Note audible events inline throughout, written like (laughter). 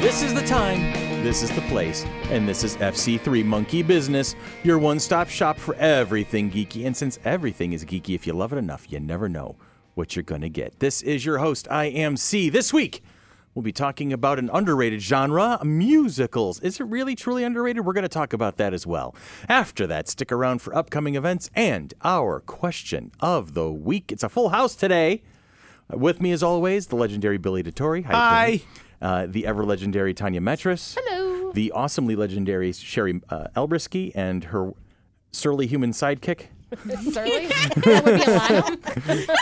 This is the time, this is the place, and this is FC3 Monkey Business, your one stop shop for everything geeky. And since everything is geeky, if you love it enough, you never know what you're going to get. This is your host, I am C. This week, we'll be talking about an underrated genre musicals. Is it really truly underrated? We're going to talk about that as well. After that, stick around for upcoming events and our question of the week. It's a full house today. With me, as always, the legendary Billy DeTore. Hi. Billy. Uh, the ever legendary Tanya Metris. Hello. The awesomely legendary Sherry uh, Elbrisky and her surly human sidekick. Surly? that would be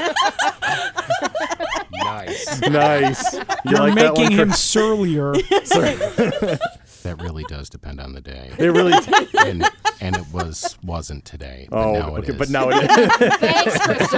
a Nice. Lionel. (laughs) Nice. You You're like that one, making him Chris? (laughs) surlier. (laughs) that really does depend on the day. It (laughs) really. And, and it was wasn't today. But Oh, now it okay, is. but now (laughs) it is. Thanks,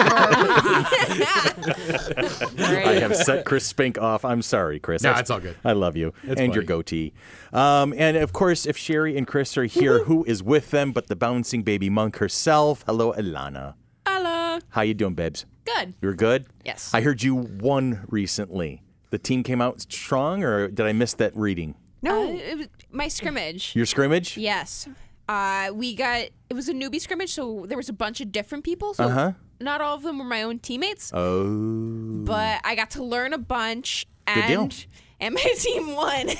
Christopher. I have set Chris Spink off. I'm sorry, Chris. No, That's- it's all good. I love you and your funny. goatee. Um, and of course, if Sherry and Chris are here, who is with them but the bouncing baby monk herself? Hello, Ilana. Hello. How you doing, babes? Good. You're good? Yes. I heard you won recently. The team came out strong, or did I miss that reading? No. Uh, my scrimmage. Your scrimmage? Yes. Uh, we got it was a newbie scrimmage, so there was a bunch of different people. So Uh-huh. not all of them were my own teammates, Uh, Oh. but I got to learn a bunch Good deal. and and my (laughs) team won.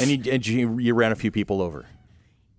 And you, and you, you ran a few people over.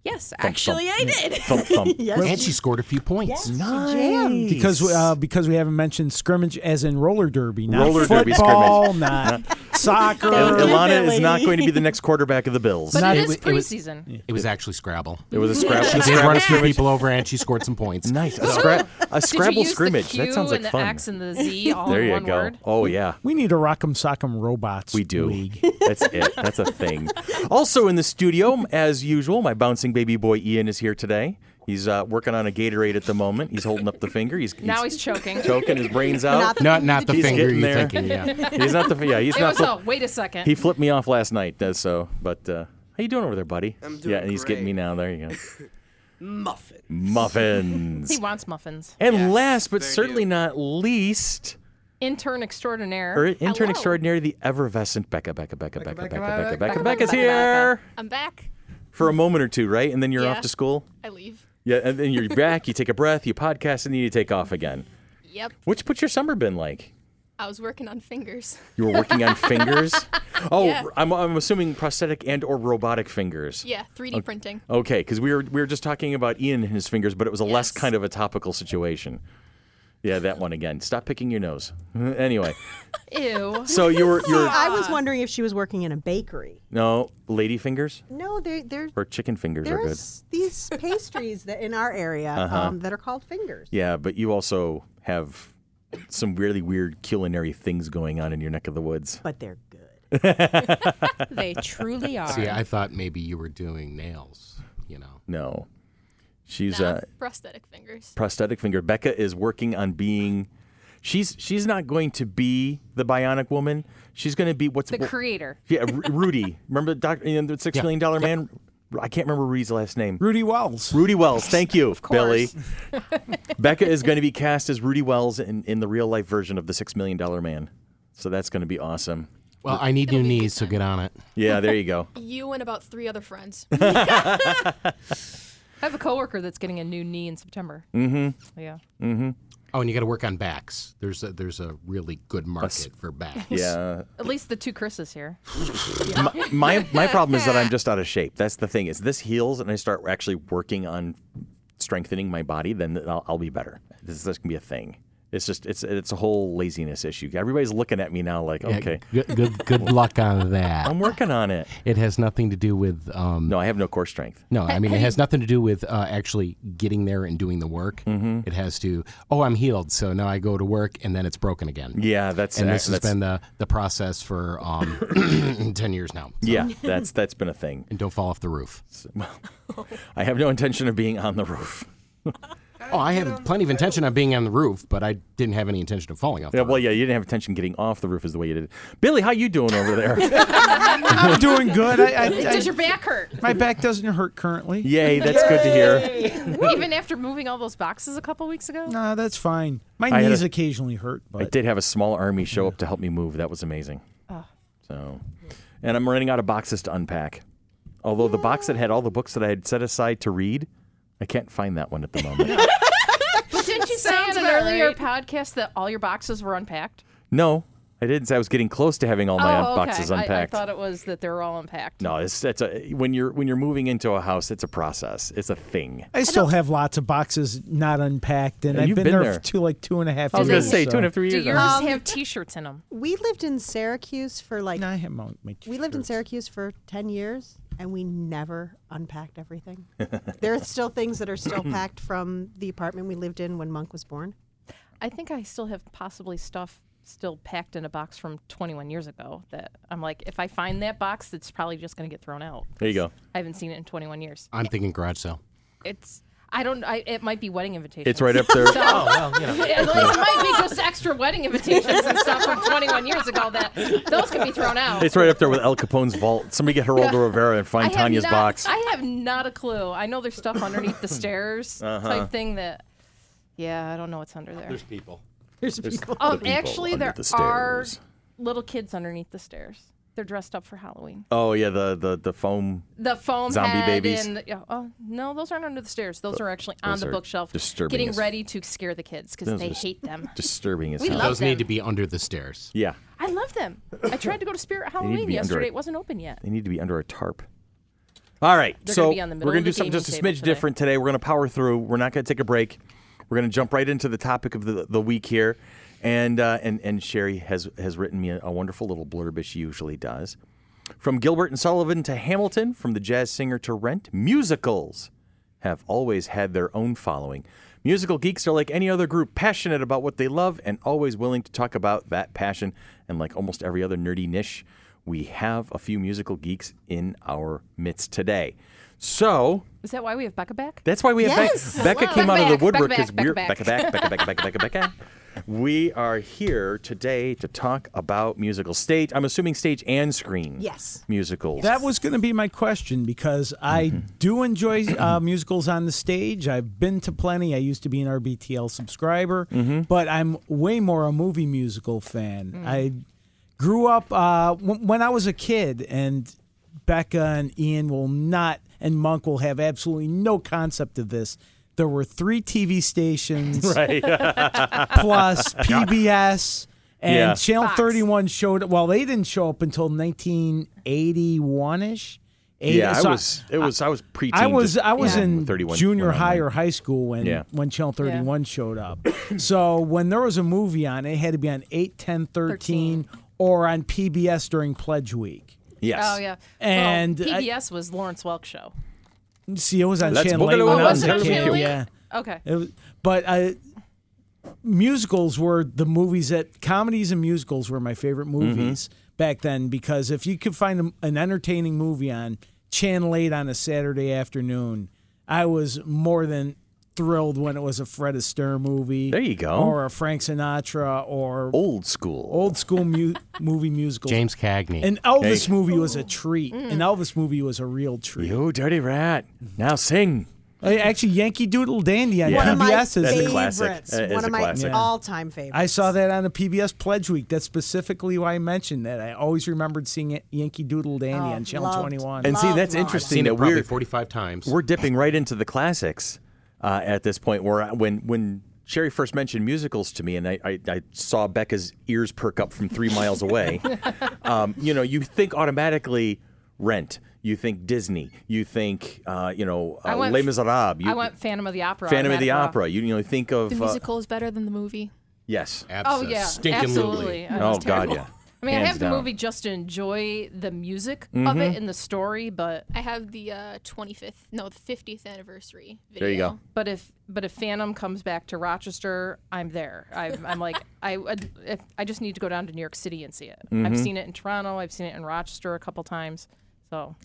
yes, actually I did. (laughs) Thump, thump. And she scored a few points. Nice. Because uh, because we haven't mentioned scrimmage as in roller derby, not Roller derby football, (laughs) not soccer. Il- Ilana is not going to be the next quarterback of the Bills. But Not- it is it was- preseason. It was actually Scrabble. It was a (laughs) scrabble. She a did run scrabble a few scrimmage. people over and she scored some points. Nice. A, scra- a Did scrabble you use scrimmage. The Q that sounds like and the fun. X and (laughs) the Z all there in you one go. word. Oh yeah. We need a Rock'em Sock'em Robots We do. league. (laughs) That's it. That's a thing. (laughs) Also in the studio, as usual, my bouncing baby boy Ian is here today. He's uh, working on a Gatorade at the moment. He's holding up the finger. He's, he's (laughs) Now he's choking. choking his (laughs) brains out. Not not the He's finger getting you're there. thinking. (laughs) Yeah. He's not the yeah. He's It not. was flip- a wait a second. he flipped me off last night. Does so, but uh, how you doing over there, buddy? I'm doing yeah, and he's getting me great. now. There (laughs) you go. Muffin. Muffins. He wants muffins. And last but thank certainly you. not least, Intern extraordinaire. or intern Hello. extraordinary, the effervescent Becca, Becca, Becca, Becca, Becca, Becca, Becca, Becca, Becca, Becca, Becca's Becca, here I'm back. for a moment or two, right? And then you're off Yeah. to school. I leave. Yeah, and then you're back. You take a breath, you podcast, and then you take off again. Yep. Which what's your summer been like? I was working on fingers. You were working on (laughs) fingers. Oh, Yeah. I'm, I'm assuming prosthetic and or robotic fingers. Yeah, 3D printing. Okay, because we were we were just talking about Ian and his fingers, but it was a less Yes. kind of a topical situation. Yeah, that one again. Stop picking your nose. (laughs) anyway, Ew. so you were you were (laughs) I was wondering if she was working in a bakery. no lady fingers No, they, they're or chicken fingers are good. Uh-huh. there's these (laughs) pastries that in our area um, that are called fingers. Yeah, but you also have some really weird culinary things going on in your neck of the woods. But they're good. they (laughs) truly are. See, I thought maybe you were doing nails, you know. No, she's Nah, uh, prosthetic fingers. prosthetic finger. Becca is working on being. She's she's not going to be the bionic woman. She's going to be what's The what- creator. Yeah, Ru- Rudy. Remember the doc, you know, the six Yeah. million dollar man? I can't remember Rudy's last name. Rudy Wells. Rudy Wells. Thank you, Billy. (laughs) Becca is going to be cast as Rudy Wells in, in the real life version of the six million dollar man. So that's going to be awesome. Well, I need new knees, so get on it. Yeah, there you go. You and about three other friends. I have a coworker that's getting a new knee in September. Mm-hmm. Yeah. Oh, and you got to work on backs. There's a there's a really good market for backs. Yeah. At least the two Chris's (laughs) here. My, my my problem is that I'm just out of shape. That's the thing. Is this heals and I start actually working on strengthening my body, then I'll, I'll be better. This, this can be a thing. It's just it's it's a whole laziness issue. Everybody's looking at me now like, Yeah, okay, Um, Good, good, good luck on that. I'm working on it. It has nothing to do with um, No, I have no core strength. No, I mean it has nothing to do with uh, actually getting there and doing the work. Mm-hmm. It has to oh, I'm healed, so now I go to work and then it's broken again. Yeah, that's uh, And this has that's, been the, the process for um, (clears throat) ten years now. So- yeah, that's that's been a thing. And don't fall off the roof. I have no intention of being on the roof. Oh, I had plenty of intention of being on the roof, but I didn't have any intention of falling off. Yeah, the roof. well, yeah, you didn't have intention getting off the roof is the way you did. it. Billy, how you doing over there? I'm doing good. (laughs) I, I, I- Does your back hurt? (laughs) my back doesn't hurt currently. Yay, that's good to hear. Even after moving all those boxes a couple weeks ago? No, that's fine. My I had knees a- occasionally hurt, I but Ah. did have a small army show up to help me move. That was amazing. So, and I'm running out of boxes to unpack. Although the box that had all the books that I had set aside to read, I can't find that one at the moment. (laughs) But didn't (laughs) you say in an earlier podcast that all your boxes were unpacked? no, I didn't. say I was getting close to having all my un- oh, okay. boxes I- unpacked. I, thought it was that they were all unpacked. no, it's, that's a when you're when you're moving into a house, it's a process. It's a thing. I still have lots of boxes not unpacked, and Yeah, I've you've been, been there, there. for two, like two and a half I was years. gonna say so. two and a half, three Oh, Do years. yours ago. Um, have T-shirts in them? We lived in Syracuse for like No, I have my, my we lived in shirts. Syracuse for ten years, and we never unpacked everything. (laughs) there are still things that (laughs) are still packed from the apartment we lived in when Monk was born. I think I still have possibly stuff still packed in a box from 21 years ago that I'm like, if I find that box, it's probably just going to get thrown out. There you go. I haven't seen it in 21 years. I'm thinking garage sale. It's I don't. I, it might be wedding invitations. It's (laughs) right up there. Oh well, you know. It, like, it might be just extra wedding invitations and stuff from 21 years ago that those can be thrown out. It's right up there with El Capone's vault. Somebody get Geraldo Rivera and I find have Tanya's not- box. I have not a clue. I know there's stuff underneath the stairs Uh-huh. type thing that. Yeah, I don't know what's under there. There's people. There's people. um, people actually, under there the are stairs. little kids underneath the stairs. They're dressed up for Halloween. oh yeah, the the the foam. The foam Zombie head babies. And, yeah, oh no, those aren't under the stairs. Those are actually on those the are bookshelf, disturbing getting as- ready to scare the kids because Those they are s- hate them. Disturbing as We hell. love Those them. need to be under the stairs. yeah, I love them. I tried to go to Spirit need to Halloween be under yesterday. it. It wasn't open yet. they need to be under a tarp. All right, They're so gonna be on the middle we're gonna of do the something just a gaming smidge table today. different today. We're gonna power through. We're not gonna take a break. We're gonna jump right into the topic of the, the week here, and uh, and and Sherry has has written me a, a wonderful little blurb as she usually does. From Gilbert and Sullivan to Hamilton, from the jazz singer to Rent, musicals have always had their own following. Musical geeks are like any other group, passionate about what they love and always willing to talk about that passion. And like almost every other nerdy niche, we have a few musical geeks in our midst today. So Is that why we have Becca back? that's why we have Yes. Becca. Becca came out of Becca the woodwork back, because Becca we're back, Becca back, Becca back, Becca Becca Becca. We are here today to talk about musical stage. I'm assuming stage and screen. Yes. Musicals. Mm-hmm. That was going to be my question because I do enjoy uh, (clears throat) musicals on the stage. I've been to plenty. I used to be an RBTL subscriber, Mm-hmm. but I'm way more a movie musical fan. I grew up uh, w- when I was a kid, and Becca and Ian will not, and Monk will have absolutely no concept of this. There were three TV stations (laughs) right. (laughs) (laughs) plus PBS and Yeah. Channel Fox. 31 showed well they didn't show up until 1981ish. Eight- Yeah, so I was. It was. I, was preteen. uh, I was just I was when in 31 junior went on, high like- or high school when Yeah. when Channel 31 showed up. so when there was a movie on it had to be on 8 10 13, or on PBS during pledge week. Yes. Oh yeah. And I- well, PBS was Lawrence Welk show. See, it was on Let's Channel 8 boogaloo when I Oh, on was a Channel kid. eight. Yeah. Okay. It was, but uh, musicals were the movies that comedies and musicals were my favorite Mm-hmm. movies back then because if you could find a, an entertaining movie on Channel 8 on a Saturday afternoon, I was more than thrilled when it was a Fred Astaire movie. There you go. Or a Frank Sinatra or Old old, school. school mu- movie musicals. James Cagney. An Elvis movie was a treat. An Mm. Elvis movie was a real treat. You dirty rat. Now sing. Uh, Actually, Yankee Doodle Dandy on One One of my PBS is That's a a classic. favorites. That is One a of my classic. Yeah. all-time favorites. I saw that on the PBS Pledge Week. That's specifically why I mentioned that. I always remembered seeing it, Yankee Doodle Dandy Oh, on Channel loved. 21. And see, Love, that's love, interesting Seen that it probably we're 45 times. we're dipping right into the classics uh, at this point. Where I- when when Sherry first mentioned musicals to me, and I, I, I saw Becca's ears perk up from three miles (laughs) away. um, you know, you think automatically Rent. You think Disney. You think uh, you know uh, went Les f- Miserables. You, I went Phantom of the Opera. Phantom of the automatic Opera. You, you know think of The uh, musical is better than the movie. yes. Oh yeah, Stinking absolutely. Lily. I Oh was God, terrible. yeah. (laughs) I mean, I Hands have down. Mm-hmm. the movie just to enjoy the music of it and the story, but I have the uh, 25th, no, the 50th anniversary video. There you go. but if but if Phantom comes back to Rochester, I'm there. I'm, I'm like I would- if, I just need to go down to New York City and see it. Mm-hmm. I've seen it in Toronto. I've seen it in Rochester a couple times. So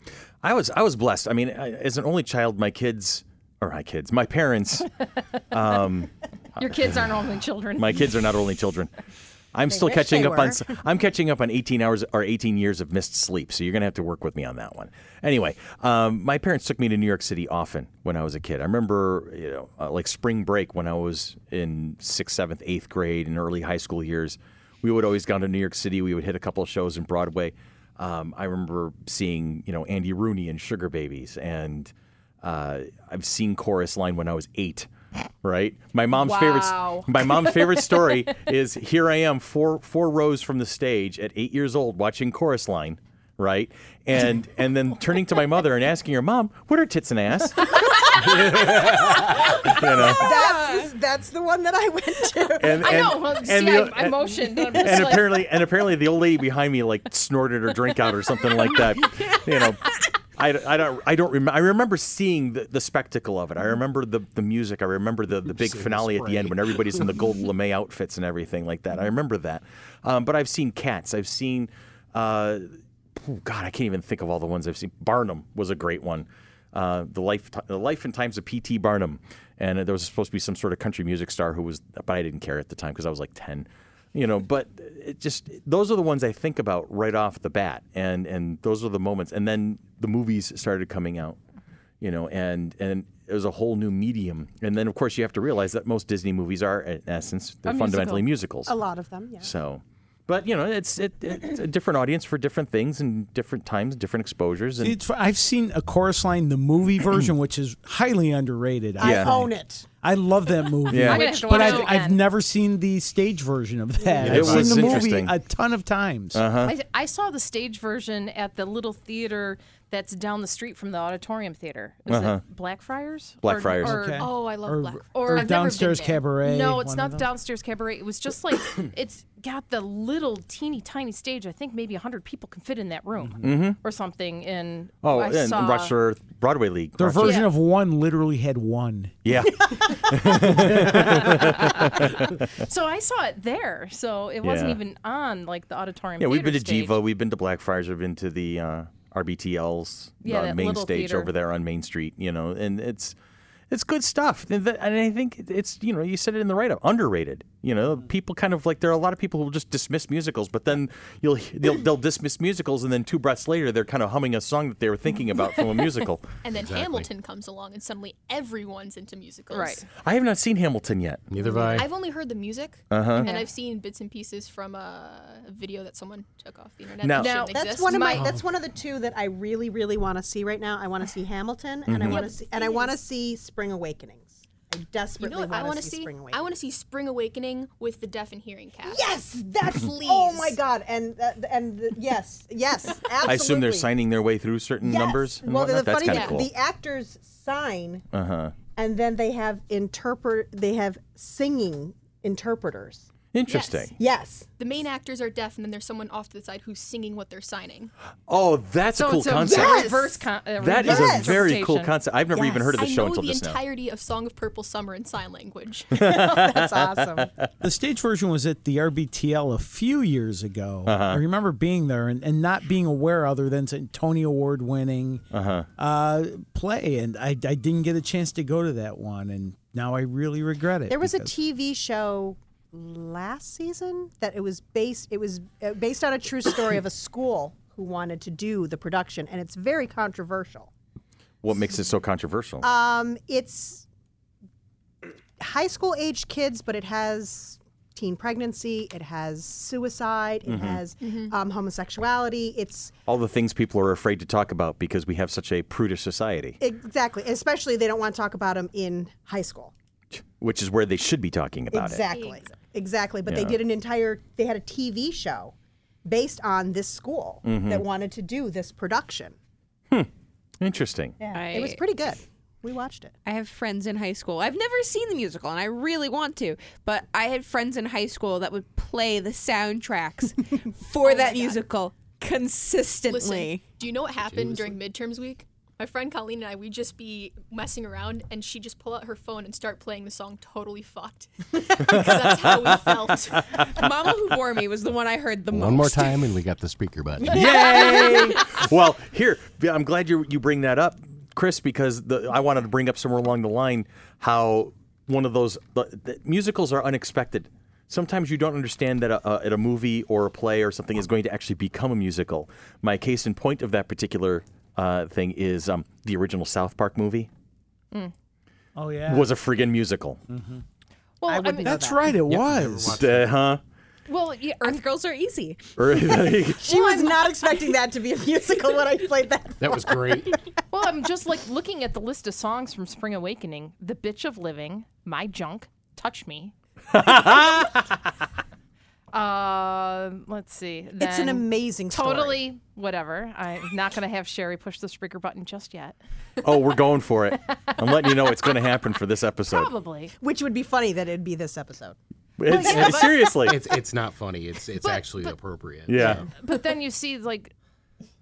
I was I was blessed. I mean, I, as an only child, my kids or my kids, my (laughs) parents, your kids aren't only children. Uh, (laughs) my kids are not only children. I'm still wish catching they up on s- I'm catching up on 18 hours or 18 years of missed sleep. So you're gonna have to work with me on that one. Anyway, um, my parents took me to New York City often when I was a kid. I remember you know uh, like spring break when I was in sixth, seventh, eighth grade and early high school years. We would always go to New York City. We would hit a couple of shows in Broadway. Um, I remember seeing, you know, Andy Rooney and Sugar Babies, and uh, I've seen Chorus Line when I was eight. Right, my mom's Wow. favorite. My mom's favorite (laughs) story is here I am, four four rows from the stage at eight years old, watching Chorus Line. Right, and and then turning to my mother and asking her, "Mom, what are tits and (laughs) ass?" you know. That's, that's the one that I went to. (laughs) And, I and- know. well, and see, the- I, I and- motioned. And, I'm just and like, apparently, and apparently, the old lady behind me like snorted her drink out or something like that. You know, I, I don't I don't remember. I remember seeing the, the spectacle of it. I remember the, the music. I remember the, the big finale at the end when everybody's in the gold lame outfits and everything like that. I remember that. Um, but I've seen Cats. I've seen. Uh, oh, God, I can't even think of all the ones I've seen. Barnum was a great one. Uh, the life, the life and times of P.T. Barnum, and there was supposed to be some sort of country music star who was, but I didn't care at the time because I was like ten, you know. But it just those are the ones I think about right off the bat, and and those are the moments. And then the movies started coming out, you know, and and it was a whole new medium. And then of course you have to realize that most Disney movies are, in essence, they're fundamentally musicals. A lot of them, yeah. So, but you know, it's it, it's a different audience for different things and different times, different exposures. And It's, I've seen a chorus line, the movie version, which is highly underrated. I, Yeah. I own it. I love that movie. Yeah. I'm gonna have to But watch I've, it I've again. never seen the stage version of that. It I've was seen the movie interesting. Uh-huh. a ton of times. I, I saw the stage version at the little theater that's down the street from the auditorium theater. Is Uh-huh. it Blackfriars? Or- Blackfriars. Or, Okay. Oh, I love Or, Black. or or I've never been downstairs there. cabaret. No, it's one not of the those. downstairs cabaret. It was just like (coughs) it's got the little teeny tiny stage. I think maybe hundred people can fit in that room or something. And Mm-hmm. oh, I and, and saw, Rochester Broadway League. Their Rochester- version of one literally had one. (laughs) yeah, So I saw it there. So it wasn't Yeah. even on like the auditorium. yeah. We've been to theater stage. Jiva. We've been to Blackfriars. We've been to the uh, RBTL's Yeah, uh, that main little stage theater. over there on Main Street. You know, and it's. It's good stuff, and, that, and I think it's you know you said it in the write up underrated. You know, people kind of like there are a lot of people who just dismiss musicals, but then you'll they'll, they'll dismiss musicals, and then two breaths later they're kind of humming a song that they were thinking about from a musical. And then Hamilton comes along, and suddenly everyone's into musicals. Right. I have not seen Hamilton yet. Neither have I. I've only heard the music, Uh-huh. and I've seen bits and pieces from uh, a video that someone took off the internet. Now- that Now- shouldn't That's exist. one of my. My- That's one of the two that I really, really want to see right now. I want to (laughs) see Hamilton, and I Mm-hmm. want to see, and I want to see Spring Awakenings. I You desperately know what I want want to see, see? Spring I Awakening. want to see Spring Awakening with the deaf and hearing cast. Yes, (clears throat) that's oh my Please. god, and uh, and the, yes, (laughs) yes, absolutely. I assume they're signing their way through certain Yes. numbers. And well, whatnot. the That's funny kind thing, of cool. Uh-huh. the actors sign, and then they have interpret. They have singing interpreters. Interesting. (laughs) Yes, The main actors are deaf, and then there's someone off to the side who's singing what they're signing. Oh, that's So a cool it's a concept. Yes. reverse. Con- uh, That is reverse a very cool interpretation. concept. I've never even heard of the I show know until the just now. entirety of Song of Purple Summer in sign language. (laughs) That's awesome. The stage version was at the RBTL a few years ago. I remember being there and, and not being aware other than it's an Tony Award winning uh play. And I, I didn't get a chance to go to that one. And now I really regret it. There was a because- TV show last season that it was based. It was uh, based on a true story of a school who wanted to do the production, and it's very controversial. What makes it so controversial? Um, it's high school age kids, but it has teen pregnancy, it has suicide, it has um, homosexuality. It's All the things people are afraid to talk about because we have such a prudish society, exactly, especially they don't want to talk about them in high school. which is where they should be talking about it. exactly. Exactly. But they did an entire, they had a TV show based on this school Mm-hmm. that wanted to do this production. Interesting. It was I- pretty good. We watched it. I have friends in high school. I've never seen the musical, and I really want to. But I had friends in high school that would play the soundtracks for that musical Listen, consistently. do you know what happened during midterms week? My friend Colleen and I, we'd just be messing around, and she'd just pull out her phone and start playing the song Totally Fucked. (laughs) Because that's how (laughs) we felt. Mama Who Bore Me was the one I heard the most. (laughs) One more time, and we got the speaker button. Yay! (laughs) well, here I'm glad you you bring that up, Chris, because the, I wanted to bring up somewhere along the line how one of those the, the, musicals are unexpected. Sometimes you don't understand that a, a, at a movie or a play or something is going to actually become a musical. My case in point of that particular uh, thing is um, the original South Park movie Oh, yeah. was a friggin' musical. Well, I mean, That's right, it was. Uh, huh? Well, yeah, Earth girls are easy. Or- (laughs) She was not expecting that to be a musical when I played that. That was great. well, I'm just like looking at the list of songs from Spring Awakening: "The Bitch of Living," "My Junk," "Touch (laughs) Me." uh, let's see. It's an then- amazing story. Totally, whatever. I'm not going to have Sherry push the speaker button just yet. oh, we're going for it. I'm letting you know it's going to happen for this episode. Probably. (laughs) Which would be funny that it'd be this episode. It's, seriously. It's it's not funny. It's it's actually appropriate. yeah. But then you see like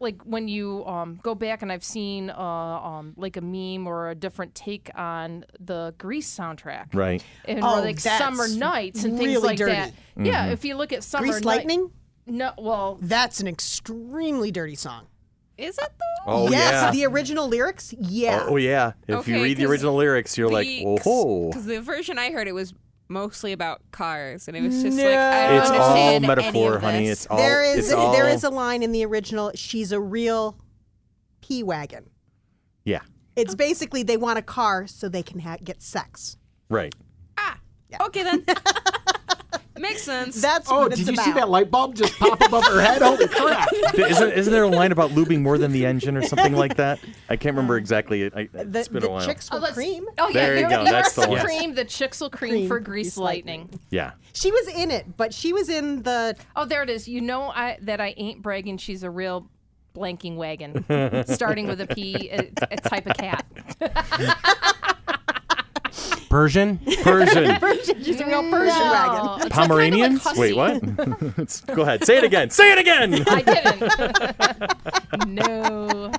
like when you um, go back and I've seen uh, um, like a meme or a different take on the Grease soundtrack. Right. And Oh, or like that's summer nights and things really like that. dirty. Yeah, if you look at summer Grease Night- Lightning? No, well, That's an extremely dirty song. Is it though? Oh, yes, yeah. the original lyrics? Yeah. Oh, yeah. If you Okay, read the 'cause original lyrics, you're like, whoa. Because the version I heard it was mostly about cars, and it was just like I don't It's all understand any metaphor, of honey. this. It's all. there it's is all, there is a line in the original, she's a real pea wagon. Yeah. It's basically they want a car so they can ha- get sex. (laughs) Right. Ah, Okay then, makes sense. That's Oh, what it's did you about. see that light bulb just pop above her head? (laughs) Holy crap! isn't, isn't there a line about lubing more than the engine or something like that? I can't remember exactly. I, Um, The, it's been the a while. chicks oh, will let's- cream. Oh yeah, There you you're- go, you're that's the one. cream, the Chixel cream, Cream, for Grease, Grease Lightning. yeah. She was in it, but she was in (laughs) the Oh, there it is. You know I, that I ain't bragging. She's a real (laughs) blanking wagon, starting with a P, a, a type of cat. Persian. (laughs) Persian. she's a real Persian No. wagon. It's like Pomeranians? kind of like Wait, (laughs) what? (laughs) It's- go ahead. Say it again. Say it again. I (laughs) didn't. no.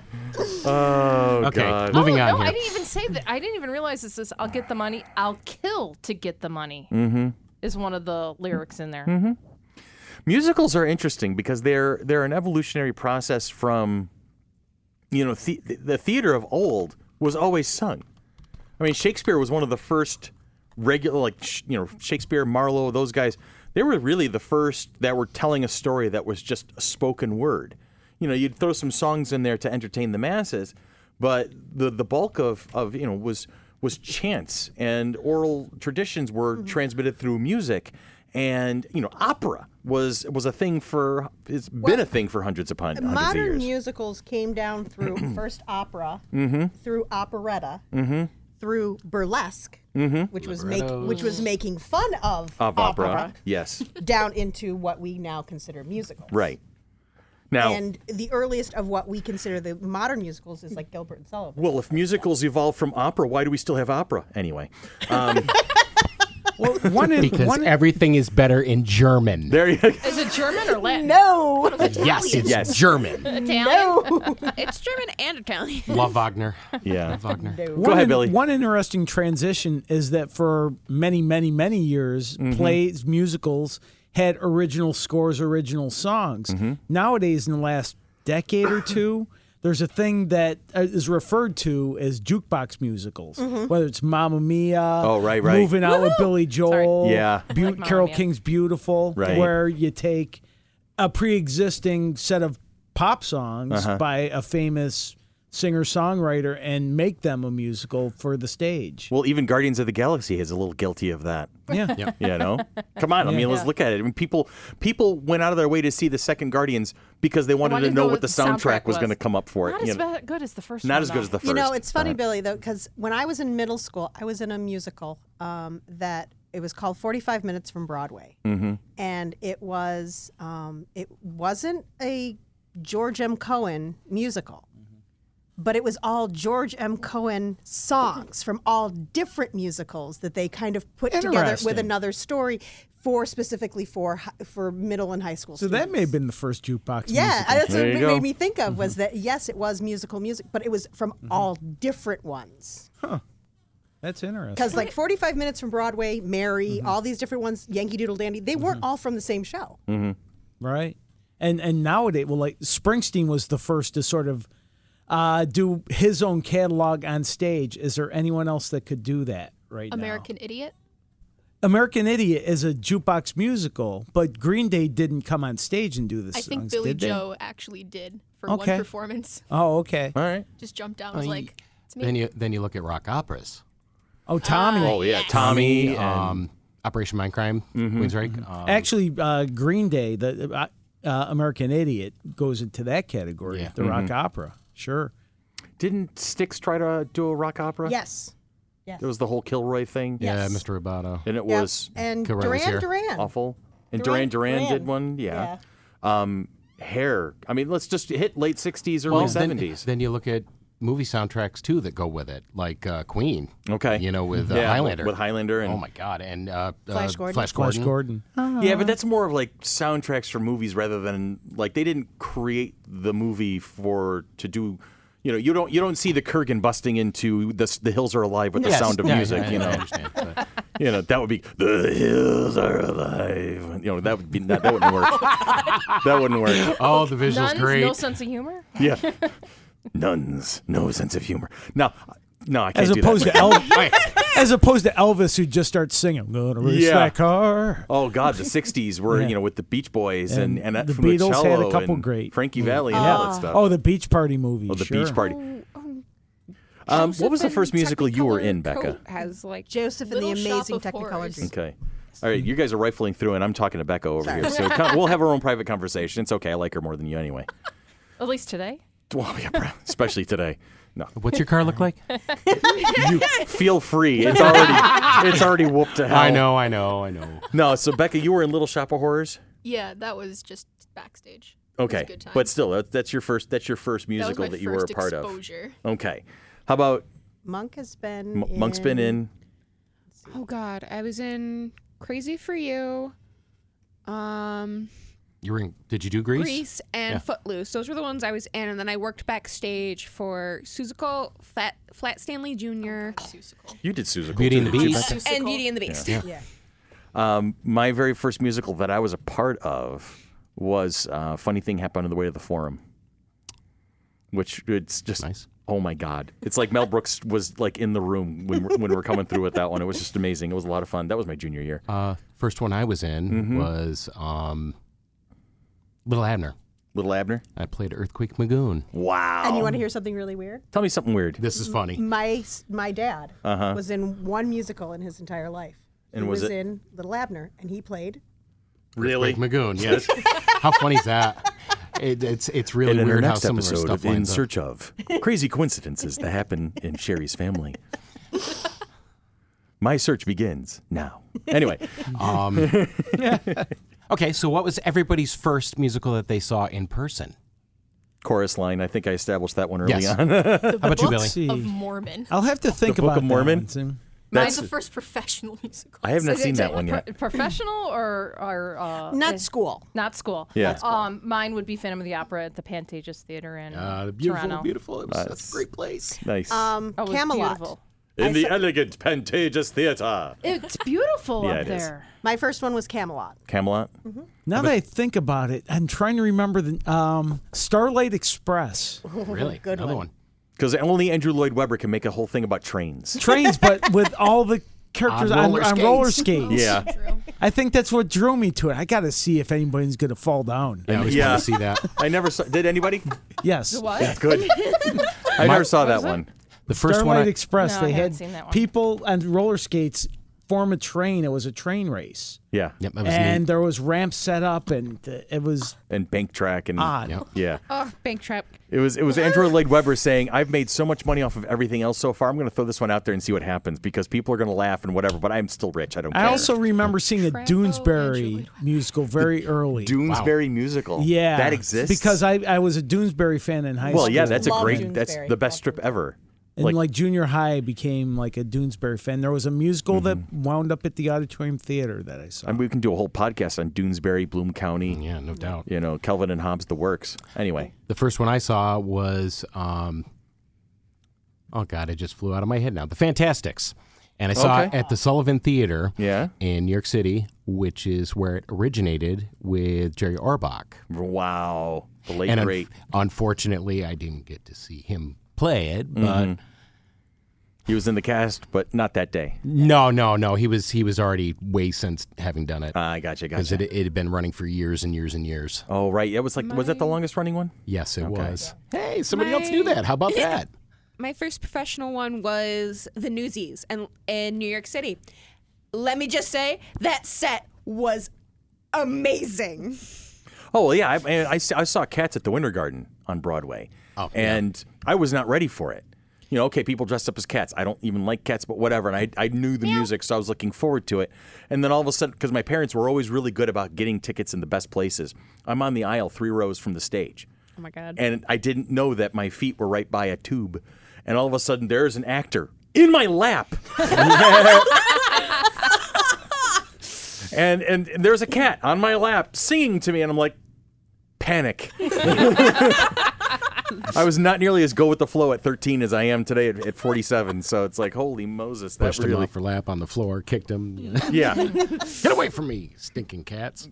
Oh, Okay, God. moving Oh, on no, here. I didn't even say that. I didn't even realize this is I'll get the money. I'll kill to get the money. Mm-hmm. Is one of the lyrics in there. Mm-hmm. musicals are interesting because they're they're an evolutionary process from you know the, the theater of old was always sung i mean shakespeare was one of the first regular like sh- you know shakespeare marlowe those guys they were really the first that were telling a story that was just a spoken word you know you'd throw some songs in there to entertain the masses but the the bulk of of you know was was chants and oral traditions were transmitted through music and you know opera was was a thing for it's been a thing for hundreds upon hundreds of Modern years musicals came down (clears throat) through first opera, Mm-hmm. through operetta, through burlesque, which was make, which was making fun of, Mm-hmm. of opera. yes down into what we now consider musicals. right now And the earliest of what we consider the modern musicals is like Gilbert and Sullivan. well if musicals evolved from opera why do we still have opera anyway um, Well, one in, Because one in- everything is better in German. there you go Is it German or Latin? (laughs) No, yes, it's Yes. (laughs) German. Italian? no. it's German and Italian. Love Wagner. yeah Wagner. go ahead in- billy One interesting transition is that for many, many, many years, Mm-hmm. plays, musicals had original scores, original songs. Mm-hmm. Nowadays, in the last decade (coughs) or two, there's a thing that uh, is referred to as jukebox musicals, Mm-hmm. whether it's Mamma Mia, Oh, right, right. Moving Out with Billy Joel, Yeah. I Beau- like Mamma Carol Mia. King's Beautiful, Right. where you take a pre-existing set of pop songs by a famous singer songwriter and make them a musical for the stage. well even guardians of the galaxy is a little guilty of that Yeah. You know, come on. I mean, let's look at it. I mean, people people went out of their way to see the second Guardians because they wanted, to know what the soundtrack was, going to come up for it. Not you as know. ba- good as the first. Not one, as good as though. the first. You know, it's funny, Uh-huh. Billy, though, because when I was in middle school, I was in a musical um, that it was called Forty Five Minutes from Broadway, Mm-hmm. and it was um, it wasn't a George M. Cohen musical, Mm-hmm. but it was all George M. Cohen songs from all different musicals that they kind of put together with Interesting. another story for specifically for hi- for middle and high school. So that may have been the first jukebox Yeah, musical. that's what There it you go. made me think of was that yes, it was musical music, but it was from all different ones. That's interesting. Because like 45 minutes from Broadway, Mary, all these different ones, Yankee Doodle Dandy, they weren't all from the same show. Mm-hmm. Right. And and nowadays, well, like Springsteen was the first to sort of uh, do his own catalog on stage. Is there anyone else that could do that right American Idiot. now? American Idiot is a jukebox musical, but Green Day didn't come on stage and do the I songs, think Billy did they? Joe actually did for Okay. one performance. (laughs) Oh, okay. All right. Just jumped down. and Was Oh, like, it's me. Then you then you look at rock operas. Oh, Tommy. Oh yeah, Tommy. and Mm-hmm. Um, Operation Mindcrime, Queensryche. Um, Actually, uh, Green Day, the uh, uh, American Idiot, goes into that category. Yeah. The Mm-hmm. rock opera, sure. Didn't Styx try to do a rock opera? Yes. Yes. It was the whole Kilroy thing. yeah, yes. Mr. Roboto. And it Yep. was and Correct, it was Duran here. Duran. awful. And Duran Duran Duran, Duran. did one. Yeah. Um, hair. I mean, let's just hit late 60s, early Well, then, 70s. then you look at movie soundtracks too that go with it, like uh, Queen. okay. Mm-hmm. You know, with uh, Yeah, Highlander. With Highlander. And, oh my God, and uh, Flash uh, Gordon. Flash Gordon. Flash Gordon. uh, Yeah, but that's more of like soundtracks for movies rather than like they didn't create the movie for to do. You know, you don't you don't see the Kurgan busting into the s- the hills are alive with the Yes. sound of Yeah, music. I- you I know, understand, but- you know that would be the hills are alive. You know that would be not, that wouldn't (laughs) work. that wouldn't work. (laughs) oh, the visual's Nuns, great. no sense of humor. Yeah, nuns, no sense of humor. No, no, I can't As do (laughs) opposed that. to Elvis, Right. as opposed to Elvis, who just starts singing, "I'm "Gonna race Yeah. that car." Oh God, the '60s were you know with the Beach Boys and and, And Annette the Beatles had a Funicello couple and great- Frankie Valley and all that stuff. Oh, the Beach Party movie. Oh, the sure. Beach Party. oh, Um, what was the first musical you were in, Becca? Has like Joseph and the Little Shop Amazing of Technicolor Horrors. Dream. Okay. All right, you guys are rifling through, and I'm talking to Becca over here. So come, we'll have our (laughs) own private conversation. It's okay. I like her more than you anyway. At least today. Well, yeah, bro, especially today. No, What's your car look (laughs) like? you feel free. It's already it's already whooped to hell. I know, I know, I know. No, so Becca, you were in Little Shop of Horrors. Yeah, that was just backstage. It was a Okay, good time. but still, that- that's your first that's your first that was musical my that, you were a first part exposure. of. Okay, how about Monk has been. M- Monk's been in? Oh God, I was in Crazy for You, um, You were in, did you do Grease? Grease, and Yeah. Footloose. Those were the ones I was in, and then I worked backstage for Suzuko, Flat, Flat Stanley Jr., Oh, Seussical. You did Susan. Beauty and the Beast. and Beauty and the Beast. Yeah. Um, my very first musical that I was a part of was uh, "Funny Thing Happened on the Way to the Forum," which it's just Nice. oh my god! It's like Mel Brooks was like in the room when we're, when we're coming through with that one. It was just amazing. It was a lot of fun. That was my junior year. Uh, first one I was in was um, Little Abner. Little Abner. I played Earthquake Magoon. Wow. And you want to hear something really weird? Tell me something weird. This is funny. My s- my dad was in one musical in his entire life. He Uh-huh. And was it- in Little Abner, and he played. Really? Earthquake Magoon. (laughs) Yes. How funny is that? It, it's it's really And in our weird how next some of our episode stuff of In lines up. Search of Crazy Coincidences That Happen in Sherry's (laughs) Family. My search begins now. Anyway, Um, (laughs) okay, so what was everybody's first musical that they saw in person? chorus line. I think I established that one early Yes. on. (laughs) The about you, Books Billy? Of Mormon. I'll have to think Book of about that Mormon? one, Tim. Mine's That's- the first professional (laughs) musical. I have not So seen it's that a one pro- yet. (clears throat) Professional or or uh, eh, Not school. not school. Yeah. Not school. Um, mine would be Phantom of the Opera at the Pantages Theater in Toronto. Ah, Uh, beautiful. It was such a great place. Nice. Um, Oh, That was Camelot. beautiful. In the elegant Pantages Theater. It's beautiful Yeah, up it is. there. My first one was Camelot. Camelot. Now that I think about it, I'm trying to remember the um, Starlight Express Really? Good Another one. one. Because only Andrew Lloyd Webber can make a whole thing about trains. trains, but with all the characters On on, roller on roller Oh, skates. Yeah. Drew. I think that's what drew me to it. I got to see if anybody's going to fall down. Yeah, I always Yeah. wanted to see that. I never saw. Did (laughs) anybody? Yes. What? Good. (laughs) I never saw that was it? one. The first Starlight one. I, Express. No, I they haven't had seen that one. people on roller skates form a train. It was a train race, Yeah. yep, that was and neat. there was ramps set up, and uh, it was And bank track and odd. Yep. yeah. Oh, Bank Trap. It was it was Andrew Lloyd Webber saying, "I've made so much money off of everything else so far. I'm going to throw this one out there and see what happens because people are going to laugh and whatever. But I'm still rich. I don't care." I also remember seeing a Doonesbury musical very early. Doonesbury musical. yeah, that exists because I, I was a Doonesbury fan in high school. well, yeah, that's a Love great. That's Doonesbury. the best Love strip ever. And like, junior high, I became like a Doonesbury fan. There was a musical that Mm-hmm. wound up at the Auditorium Theater that I saw. And we can do a whole podcast on Doonesbury, Bloom County, yeah, no doubt. you know, Kelvin and Hobbes, the works. Anyway, The first one I saw was, um, oh God, it just flew out of my head now. The Fantastics. And I saw Okay. it at the Sullivan Theater yeah. in New York City, which is where it originated with Jerry Orbach. Wow. The late and un- great. unfortunately, I didn't get to see him play it, but Mm-hmm. He was in the cast, but not that day. no, no, no. He was he was already way since having done it I gotcha, because Ah, gotcha. it, it had been running for years and years and years. oh, right. It was like, was that the longest running one? Yes, it was. Hey, somebody else knew that. How about that? My first professional one was the Newsies, and in New York City. let me just say that set was amazing. Oh well, yeah. I, I, I saw Cats at the Winter Garden on Broadway, oh, and I was not ready for it. You know, okay, people dressed up as cats. I don't even like cats, but whatever. And I, I knew the music, so I was looking forward to it. And then all of a sudden, because my parents were always really good about getting tickets in the best places, I'm on the aisle three rows from the stage. Oh my god. And I didn't know that my feet were right by a tube. And all of a sudden, there's an actor in my lap. and, and and there's a cat on my lap singing to me, and I'm like, panic. (laughs) I was not nearly as go with the flow at 13 as I am today at, at 47. So it's like, holy Moses, that Pushed him really, off her lap on the floor, kicked him. yeah. (laughs) (laughs) Get away from me, stinking cats.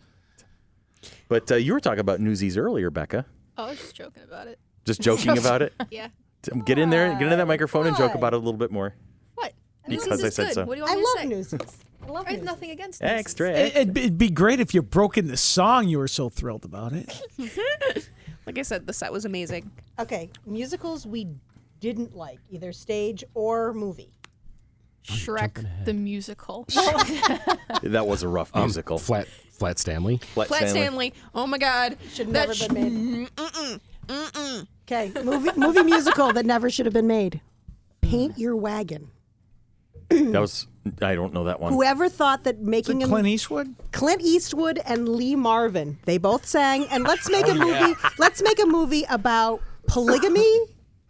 But uh, you were talking about Newsies earlier, Becca. Oh, I was just joking about it. Just joking about (laughs) it. Yeah. T- Get in there, get into that microphone, and joke about it a little bit more. What? Because Newsies I is said good. so. What do you I want me to love say? newsies. I love I have newsies. nothing against newsies. (laughs) Extra. It, it'd, be- it'd be great if you broke in the song you were so thrilled about it. Like I said, the set was amazing. Okay, musicals we didn't like either stage or movie. Shrek (laughs) the musical. That was a rough musical. Flat, Flat Stanley. Flat Um, Flat Stanley. Oh my God. Should That never sh- been made. Okay, movie movie musical that never should have been made. Paint Your Wagon. That was, I don't know that one. Whoever thought that making a Clint Eastwood? Clint Eastwood and Lee Marvin. They both sang, and let's make a movie. Let's make a movie about polygamy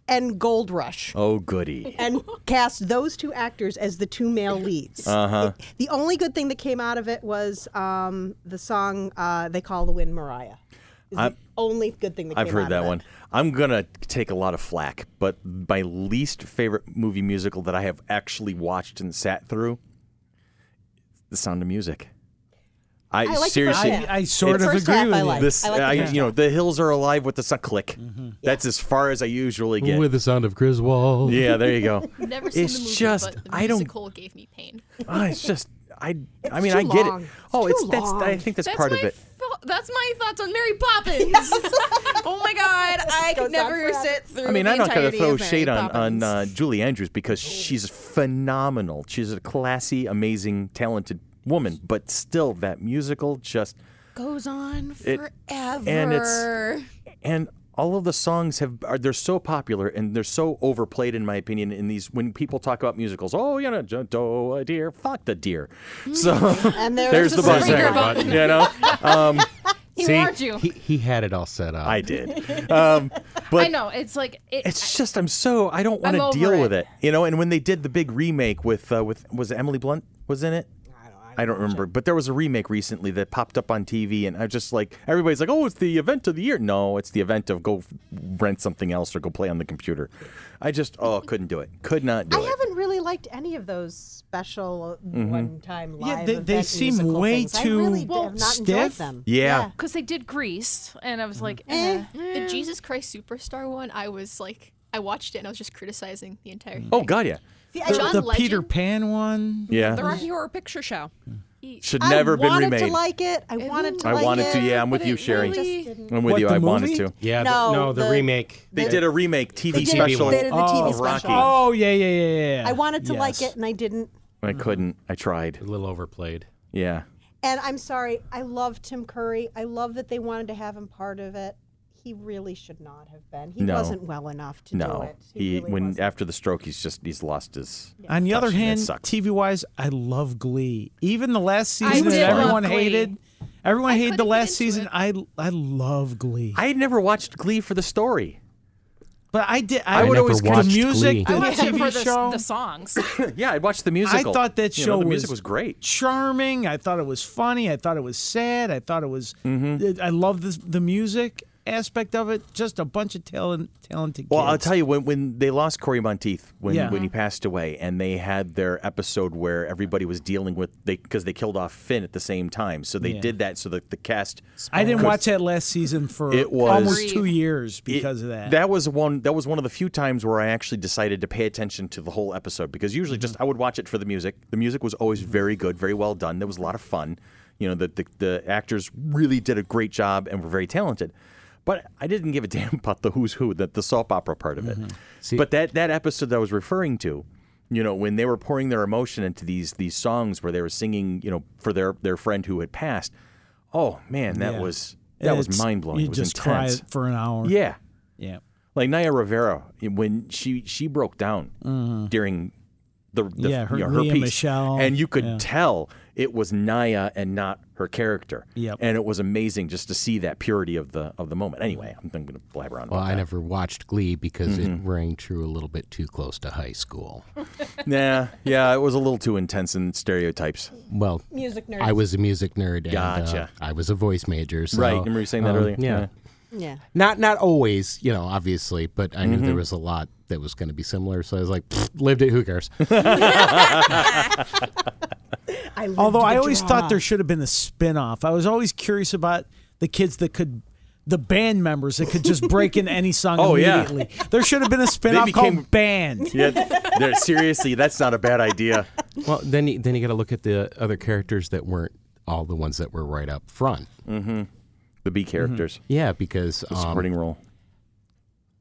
and gold rush, Oh, goody. and cast those two actors as the two male (laughs) leads. Uh-huh. It- the only good thing that came out of it was um, the song uh, they call the wind Mariah. Is the only good thing that I've came out heard of that it. one. I'm going to take a lot of flack, but my least favorite movie musical that I have actually watched and sat through The Sound of Music. I, I like the first seriously. half. I, I sort The of first agree half with I you. liked. This, I like the I, first Mm-hmm. you know, the hills are alive with the sun click. That's as far as I usually get. With the sound of (laughs) Griswold. yeah, there you (laughs) go. Never seen It's the movie, just- but the I don't- musical gave me pain. Ah, it's just, I, I mean, too I get long. it. Oh, It's it's, too that's. I long. think that's, That's part my of it. fo- that's my thoughts on Mary Poppins. oh my God. I could never sit through I mean, the I'm not going to entirety throw of Mary shade on, on Poppins. uh, Julie Andrews because she's phenomenal. She's a classy, amazing, talented woman, but still, that musical just. goes on forever. It- and it's- And all of the songs have are they're so popular and they're so overplayed in my opinion in these when people talk about musicals oh you know j- do a deer fuck the deer so And there's the a buzzer sprinkler button. you know um, He See, warned you. He, he had it all set up. I did um, but I know. It's like it, it's just I'm so I don't want I'm to over deal it. with it. You know, and when they did the big remake with uh, with was it Emily Blunt was in it? I don't, remember, but there was a remake recently that popped up on TV, and I was just like, everybody's like, "Oh, it's the event of the year." No, it's the event of go f- rent something else or go play on the computer. I just oh, couldn't do it. Could not do I it. haven't really liked any of those special Mm-hmm. one-time live. Yeah, they- they event seem musical way things. I too really d- Well, have not enjoyed stiff. them. Yeah. because they did Grease, and I was like, eh. Mm. The Jesus Christ Superstar one, I was like, I watched it and I was just criticizing the entire. Oh God, yeah, See, I The, just- John the Legend? Peter Pan one. the yeah. Rocky Horror Picture Show. Should never I have been wanted remade. to like it. I wanted to. I like wanted it, to. Yeah, I'm with but you, it Sherry. really didn't- I'm with What, you. the I wanted movie? to. Yeah, No, the, no, the, the- remake. They did a remake TV They did, special. they did the TV of Rocky. special. Oh yeah, yeah, yeah, yeah, yeah. I wanted to like Yes. it, and I didn't. I couldn't. I tried. A little overplayed. Yeah. And I'm sorry. I love Tim Curry. I love that they wanted to have him part of it. He really should not have been. He No. wasn't well enough to do No, it. he, really when wasn't. after the stroke, he's just he's lost his. On the other Gosh, that hand, sucks. TV wise, I love Glee. Even the last I season did that love everyone Glee. hated, everyone hated the couldn't get last into season. it. I I love Glee, I had never watched Glee for the story. but I did. I, would would never always the watched Glee. music, I the watched it TV for the, show. the songs. Yeah, I watched the I musical. thought that You show know, the was music was great. charming. I thought it was funny. I thought it was sad. I thought it was. Mm-hmm. I love the the music aspect of it. Just a bunch of talent, talented. Well, kids. I'll tell you when when they lost Corey Monteith when Yeah. when he passed away, and they had their episode where everybody was dealing with they because they killed off Finn at the same time, so they Yeah. did that so that the cast. I didn't watch that last season for It was- almost two years because of that. That was one. That was one of the few times where I actually decided to pay attention to the whole episode because usually Mm-hmm. just I would watch it for the music. The music was always very good, very well done. There was a lot of fun. You know, the the, the actors really did a great job and were very talented. But I didn't give a (laughs) Mm-hmm. damn about the who's who, the, the soap opera part of it. but that that episode that I was referring to you know, when they were pouring their emotion into these these songs where they were singing, you know, for their their friend who had passed. Oh man, that Yeah. was that was It's- mind blowing. You It was just intense. cry for an hour. Yeah, Yeah. like Naya Rivera when she she broke down during the, the Mm-hmm. Yeah, her- you know, her Leah piece, Michele, and you could yeah. tell it was Naya and not her character. Yep. and it was amazing just to see that purity of the of the moment. Anyway, I'm, going to blabber on. Well, about I never watched Glee because it rang true a little bit too close to high school. that. Nah, yeah, it was a little too intense in stereotypes. Well, Music nerd. I was a music nerd. And, uh, Gotcha. I was a voice major. So, Right, I remember you saying that um, earlier. Yeah. Yeah. yeah. Not not always, you know, obviously, but I knew there Mm-hmm. was a lot that was going to be similar. So I was like, "Pfft, lived it, who (laughs) cares? I lived Although the I always drama. thought there should have been a spin off. I was always curious about the kids that could the band members that could just break into any song (laughs) Oh, yeah. immediately. There should have been a spin off became- called Band. Yeah, there- seriously, that's not a bad idea. well, then you, then you got to look at the other characters that weren't all the ones that were right up front. The Mm-hmm. B characters, Yeah, because the um, supporting role.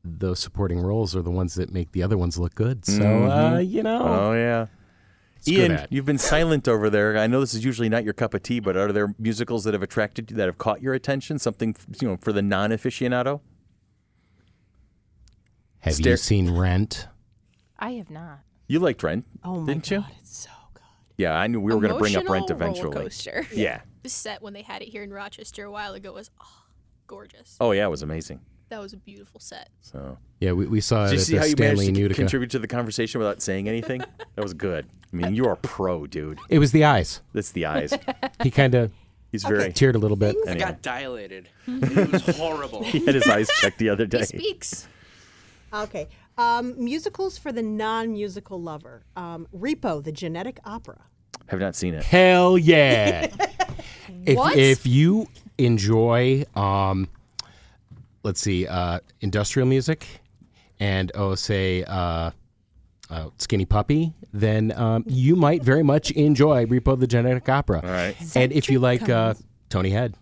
those supporting roles are the ones that make the other ones look good. So uh, you know, Oh yeah. good Ian, at. you've been silent over there. I know this is usually not your cup of tea, but are there musicals that have attracted you that have caught your attention? Something you know for the non-aficionado? have stare- you seen Rent? I have not. You liked Rent, Oh my didn't you? God, it's so good. Yeah, I knew we were going to bring up Rent Emotional Roller eventually. coaster. Yeah. (laughs) The set when they had it here in Rochester a while ago was oh, gorgeous. Oh yeah, it was amazing. That was a beautiful set. So, Yeah, we, we saw did it you at see the how you Stanley managed in to Utica. contribute to the conversation without saying anything? That was good. I mean, you are a pro, dude. It was the eyes. That's the eyes. He kind of He's (laughs) very. teared a little bit. I I Anyway. got dilated. (laughs) It was (laughs) horrible. He had his eyes checked the other He day. speaks. Okay. Um, musicals for the non musical lover. Um, Repo, the genetic opera. Have not seen it. Hell (laughs) yeah! if What? if you enjoy, um, let's see, uh, industrial music, and oh, say. Uh, uh, Skinny Puppy, then um, you might very much enjoy Repo the Genetic Opera. All right. And if you like uh, Tony Head,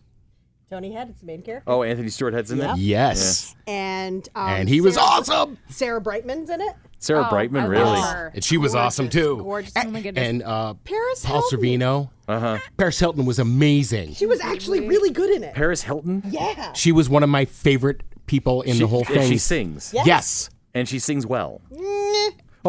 Tony Head, it's the main character. Oh, Anthony Stewart heads in there. yes. And um, And he was Sarah- awesome. Sarah Brightman's in it. Sarah Oh, Brightman, I really? love her. And she was awesome too. Gorgeous. Oh my goodness. And uh, Paris Paul Hilton. Servino. Uh-huh. Paris Hilton was amazing. She was actually really good in it. Paris Hilton. Yeah. She was one of my favorite people in the whole She- thing. She sings. Yes. and she sings well.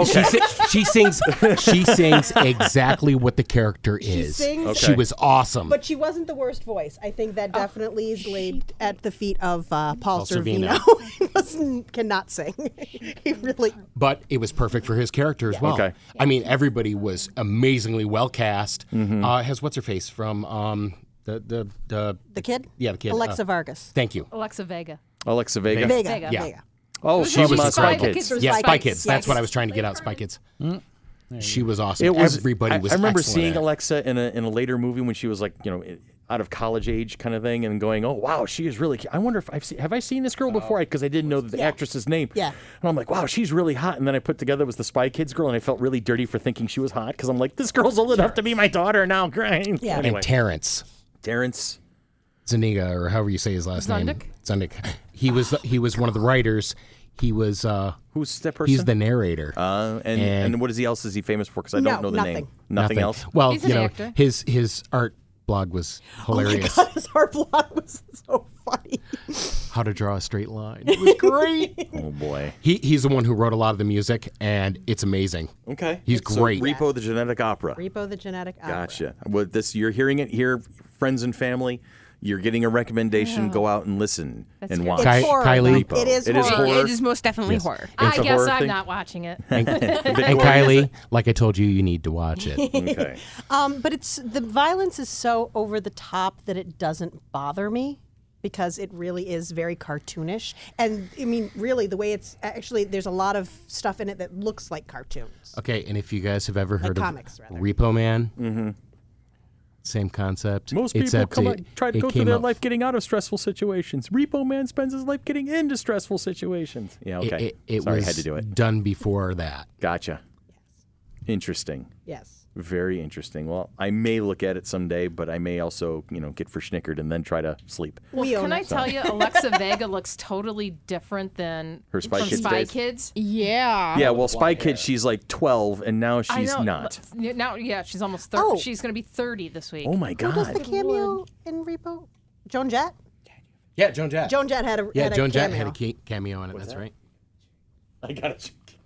She, si- she sings. She sings exactly what the character is. sings- She was awesome. But she wasn't the worst voice. I think that definitely is laid at the feet of uh, Paul, Sorvino. Sorvino. (laughs) he wasn't, cannot sing. (laughs) he really. but it was perfect for his character as well. Okay. I mean, everybody was amazingly well cast. Mm-hmm. Uh, has what's her face from um, the, the the The kid? yeah the kid Alexa uh, Vargas. Thank you. Alexa Vega. Alexa Vega. Vega. Vega. Vega. Yeah. Oh, she She was was on Spy Spy Kids. Kids. Mm. It was yeah, Spy Spy Kids, Kids. That's yes. what I was trying to get out. Spy Kids. She was awesome. It was everybody I, was. I remember excellent seeing at it. Alexa in a in a later movie when she was like you know i- out of college age kind of thing and going oh wow she is really cu- I wonder if I've seen have I seen this girl before because I didn't know the actress's name Yeah. and I'm like wow she's really hot and then I put together it was the Spy Kids girl and I felt really dirty for thinking she was hot because I'm like this girl's old enough to be my daughter now great Yeah. anyway and Terrence. Terrence Zuniga, or however you say his last name, Zundik. He was he was one of the writers. He was uh, who's that person he's the narrator. uh, and, and and- what is he else is he famous for because I No, don't know the name nothing. nothing, else Well, He's you an know, actor. his his art blog was (laughs) hilarious. Oh my God, our blog was so funny. How to draw a straight line. It was great. (laughs) oh boy he he's the one who wrote a lot of the music, and it's amazing. okay He's So great. Repo the Genetic Opera Repo the genetic opera. Gotcha. Well, this you're hearing it here, friends and family. You're getting a recommendation. Go out and listen and good. watch. Ky- horror. Kylie It is It is horror. horror. It is most definitely horror. I a guess horror I'm thing. not watching it. and Kylie, like I told you, you need to (laughs) watch it. (laughs) Okay. Um, but it's the violence is so over the top that it doesn't bother me because it really is very cartoonish. And I mean, really, the way it's actually there's a lot of stuff in it that looks like cartoons. Okay, and if you guys have ever heard comics, of rather. Repo Man, Mm-hmm. same concept. Most people except come it- out, try to it go through came their out life getting out of stressful situations. Repo Man spends his life getting into stressful situations. Yeah. It, Okay. it, it Sorry, was I had to do it. done before that. Gotcha. Interesting. Yes. Very interesting. Well, I may look at it someday, but I may also, you know, get verschnickered and then try to sleep. Well, We own can I it. tell you, Alexa Vega looks totally different than (laughs) Her Spy from Kids Spy days? Kids. Yeah. yeah, well, Spy Kid, she's like 12, and now I she's know, not. but Now, yeah, she's almost 30. Oh. She's going to be 30 this week. Oh my Who's the God. cameo in Repo? Joan Jett. Yeah, Joan Jett. Joan Jett had a yeah, had a Joan Jett cameo. had a ca- cameo in it. That's right. (laughs) I gotta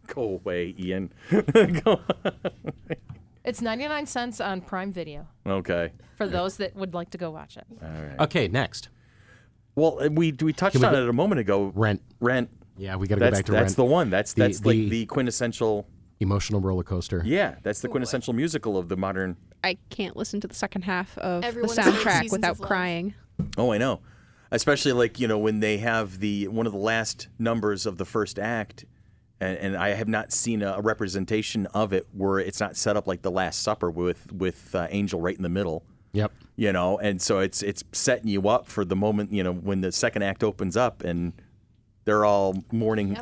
go away, Ian. (laughs) Go- It's 99 cents on Prime Video okay. for those that would like to go watch it. Okay, next. Well, uh, we we touched we on go- it a moment ago. Rent. Rent. Yeah, we got to go That's back to that's Rent. the one. That's The- that's like the- the quintessential. Emotional roller coaster. Yeah, that's the quintessential musical of the modern. I can't listen to the second half of Everyone's the seen soundtrack Seasons without of Love. crying. Oh, I know. Especially like you know when they have the one of the last numbers of the first act, and, and I have not seen a, a representation of it where it's not set up like the Last Supper with with uh, Angel right in the middle. Yep. You know, and so it's it's setting you up for the moment you know when the second act opens up and they're all mourning,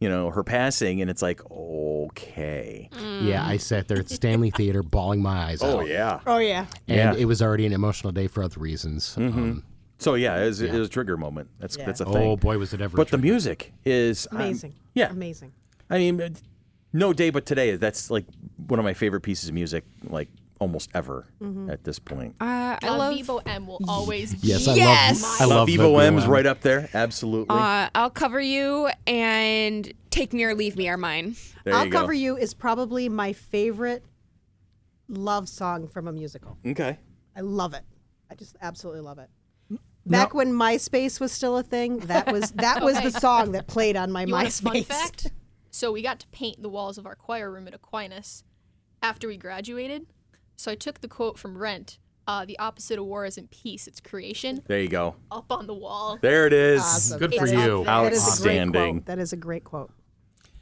you know, her passing, and it's like okay, Yeah, Mm. I sat there at the Stanley Theater bawling my eyes out. yeah, Oh yeah. And Yeah. Mm-hmm. it was already an emotional day for other reasons. Um, so yeah, it was, It was a trigger moment. That's that's a thing. oh, boy, was it ever. a But the trip. music is um, Amazing. yeah. Amazing. I mean, it- no day but today. That's like one of my favorite pieces of music, like almost ever at this point. Uh, I La love. Vivo M will always be Yes, I Yes! love. I love Vivo the M is Vivo right up there. Absolutely. Uh, I'll cover you and take me or leave me are mine. there I'll you go. cover you is probably my favorite love song from a musical. Okay. I love it. I just absolutely love it. Mm, Back when MySpace was still a thing, that was that was the song that played on my You want a MySpace. fun (laughs) fact? So we got to paint the walls of our choir room at Aquinas after we graduated. So I took the quote from Rent, uh, "The opposite of war isn't peace; it's creation," There you go. up on the wall. There it is. Good for It's you. up That is a great Outstanding. quote. That is a great quote.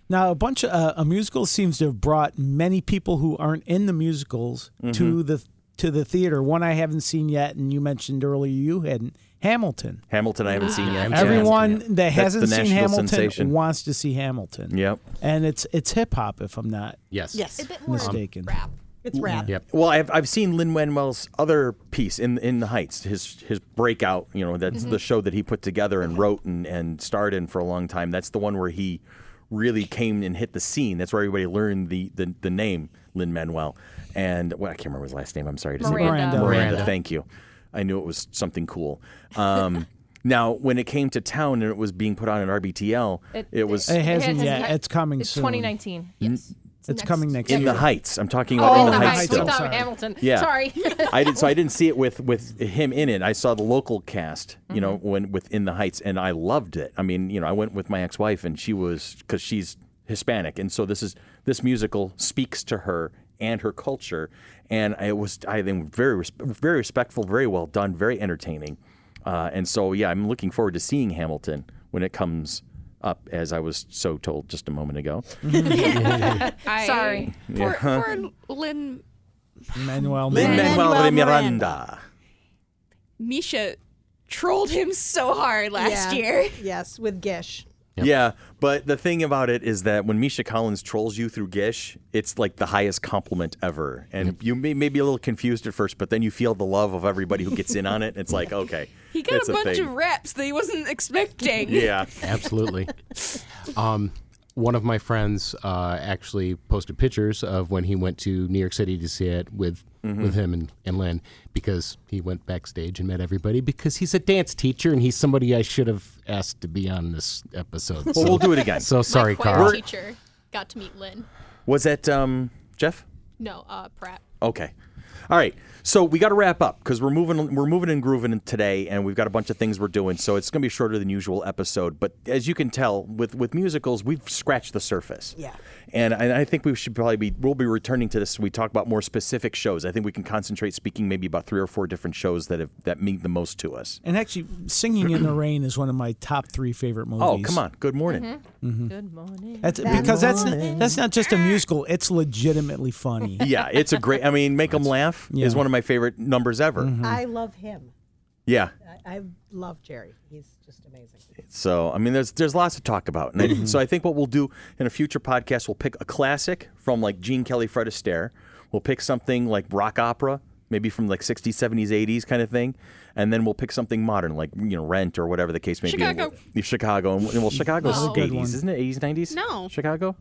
Now, a bunch of uh, a musical seems to have brought many people who aren't in the musicals Mm-hmm. to the to the theater. One I haven't seen yet, and you mentioned earlier you hadn't. Hamilton. Hamilton, I haven't seen yet. Everyone Yeah. that That's hasn't the seen national Hamilton sensation. wants to see Hamilton. Yep. and it's it's hip hop if I'm not Yes. Yes, A (laughs) bit more mistaken. rap. it's rap. Yep. Well, I've, I've seen Lin Manuel's other piece in in the Heights, his his breakout. You know, that's the show that he put together and wrote and and starred in for a long time. That's the one where he really came and hit the scene. That's where everybody learned the the, the name Lin Manuel. And well, I can't remember his last name. I'm sorry to say Miranda. Miranda. Miranda. Thank you. I knew it was something cool. Um, (laughs) now, when it came to town and it was being put on at RBTL, it, was. It hasn't hasn't yet. yet. It's coming It's soon. 2019. Yes. It's coming next in year. the Heights, I'm talking about Oh, Oh, in the Heights, Heights. I'm still. sorry. without Hamilton. Yeah. (laughs) Sorry. (laughs) I did so I didn't see it with with him in it. I saw the local cast, you know, when within the Heights, and I loved it. I mean, you know, I went with my ex wife, and she was because she's Hispanic, and so this is this musical speaks to her and her culture, and it was I think very res- very respectful, very well done, very entertaining, uh, and so yeah, I'm looking forward to seeing Hamilton when it comes up, as I was so told just a moment ago. I, Sorry. Poor, poor Lynn Manuel Lin Miranda. Manuel Lin-Manuel Miranda. Misha trolled him so hard last Yeah. year. (laughs) Yes, with Gish. Yeah, but the thing about it is that when Misha Collins trolls you through Gish, it's like the highest compliment ever. And you may, may be a little confused at first, but then you feel the love of everybody who gets in on it. It's like, okay. He got it's a bunch thing. of reps that he wasn't (laughs) expecting. (laughs) Yeah. Absolutely. um, one of my friends uh, actually posted pictures of when he went to New York City to see it with Mm-hmm. with him and, and Lynn because he went backstage and met everybody because he's a dance teacher and he's somebody I should have asked to be on this episode. Well, So- we'll do it again. so sorry, My choir Carl. teacher got to meet Lynn. Was that um, Jeff? No, uh, Pratt. Okay. All right. So we got to wrap up because we're moving we're moving and grooving today, and we've got a bunch of things we're doing. So it's going to be shorter than usual episode. But as you can tell, with with musicals, we've scratched the surface. Yeah. And and I think we should probably be we'll be returning to this. when We talk about more specific shows. I think we can concentrate speaking maybe about three or four different shows that have that mean the most to us. And actually, Singing in the Rain is one of my top three favorite movies. Oh, come on. Good morning. Good morning. That's, because that's that's not just a musical; it's legitimately funny. Yeah, it's a great. I mean, make them laugh Yeah. Mm-hmm. Hmm. is one of my favorite numbers ever. I love him. Yeah. I, I love Jerry. He's just amazing. So I mean, there's there's lots to talk about. And I, so I think what we'll do in a future podcast, we'll pick a classic from like Gene Kelly, Fred Astaire. We'll pick something like rock opera, maybe from like 60s, 70s, 80s kind of thing, and then we'll pick something modern, like you know Rent or whatever the case may be. And Chicago. we'll- Chicago. And well, Chicago's That's a good 80s, one. isn't it? 80s, 90s. No. Chicago. No, if